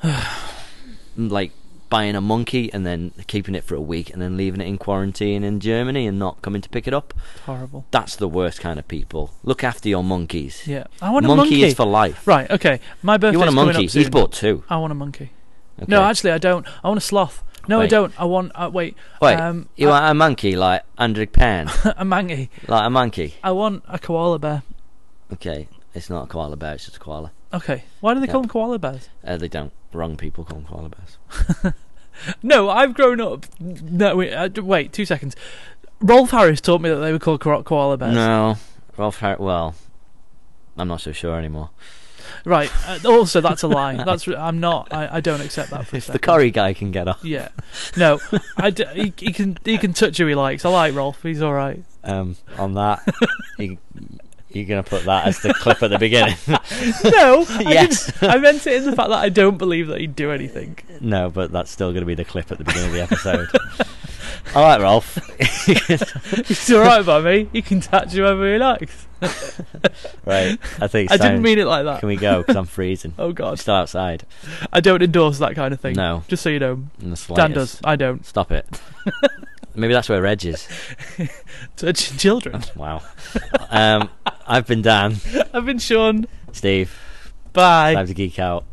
[SPEAKER 3] like buying a monkey and then keeping it for a week and then leaving it in quarantine in Germany and not coming to pick it up.
[SPEAKER 1] It's horrible.
[SPEAKER 3] That's the worst kind of people. Look after your monkeys.
[SPEAKER 1] Yeah, I want a
[SPEAKER 3] monkey,
[SPEAKER 1] monkey.
[SPEAKER 3] is for life.
[SPEAKER 1] right. Okay, my birthday's
[SPEAKER 3] You want a
[SPEAKER 1] coming
[SPEAKER 3] monkey?
[SPEAKER 1] up soon.
[SPEAKER 3] He's bought two.
[SPEAKER 1] I want a monkey.
[SPEAKER 3] Okay.
[SPEAKER 1] No, actually, I don't. I want a sloth. No, I
[SPEAKER 3] Wait.
[SPEAKER 1] don't. I want. Uh, wait.
[SPEAKER 3] Wait,
[SPEAKER 1] um,
[SPEAKER 3] you
[SPEAKER 1] I-
[SPEAKER 3] want a monkey like Andrew Pan?
[SPEAKER 1] a mangy.
[SPEAKER 3] like a monkey?
[SPEAKER 1] I want a koala bear.
[SPEAKER 3] Okay, it's not a koala bear, it's just a koala.
[SPEAKER 1] Okay. Why do they
[SPEAKER 3] Yeah.
[SPEAKER 1] call them koala bears?
[SPEAKER 3] Uh, they don't. Wrong people call them koala bears.
[SPEAKER 1] No, I've grown up. No, wait, uh, d- wait two seconds. Rolf Harris taught me that they were called ko- koala bears.
[SPEAKER 3] No, Rolf Har Well, I'm not so sure anymore.
[SPEAKER 1] Right. Uh, also, that's a lie. That's r- I'm not. I, I don't accept that for a
[SPEAKER 3] If
[SPEAKER 1] second.
[SPEAKER 3] the curry guy can get off.
[SPEAKER 1] Yeah. No. I d- he, he can he can touch who he likes. I like Rolf. He's all right.
[SPEAKER 3] um, on that. you, you're going to put that as the clip at the beginning.
[SPEAKER 1] No. I
[SPEAKER 3] Yes.
[SPEAKER 1] didn't- I meant it in the fact that I don't believe that he'd do anything.
[SPEAKER 3] no, but that's still going to be the clip at the beginning of the episode. All right, Rolf.
[SPEAKER 1] He's all right by me. He can touch whoever he likes.
[SPEAKER 3] Right, I think.
[SPEAKER 1] I didn't
[SPEAKER 3] sound-
[SPEAKER 1] mean it like that.
[SPEAKER 3] Can we go? Because I'm freezing.
[SPEAKER 1] Oh
[SPEAKER 3] I'm
[SPEAKER 1] God.
[SPEAKER 3] still outside.
[SPEAKER 1] I don't endorse that kind of thing.
[SPEAKER 3] No,
[SPEAKER 1] Just so you know,
[SPEAKER 3] in
[SPEAKER 1] Dan
[SPEAKER 3] the slightest.
[SPEAKER 1] does. I don't.
[SPEAKER 3] Stop it. Maybe that's where Reg is.
[SPEAKER 1] Touching children.
[SPEAKER 3] Wow. Um, I've been Dan.
[SPEAKER 1] I've been Sean.
[SPEAKER 3] Steve.
[SPEAKER 1] Bye.
[SPEAKER 3] Time to geek out.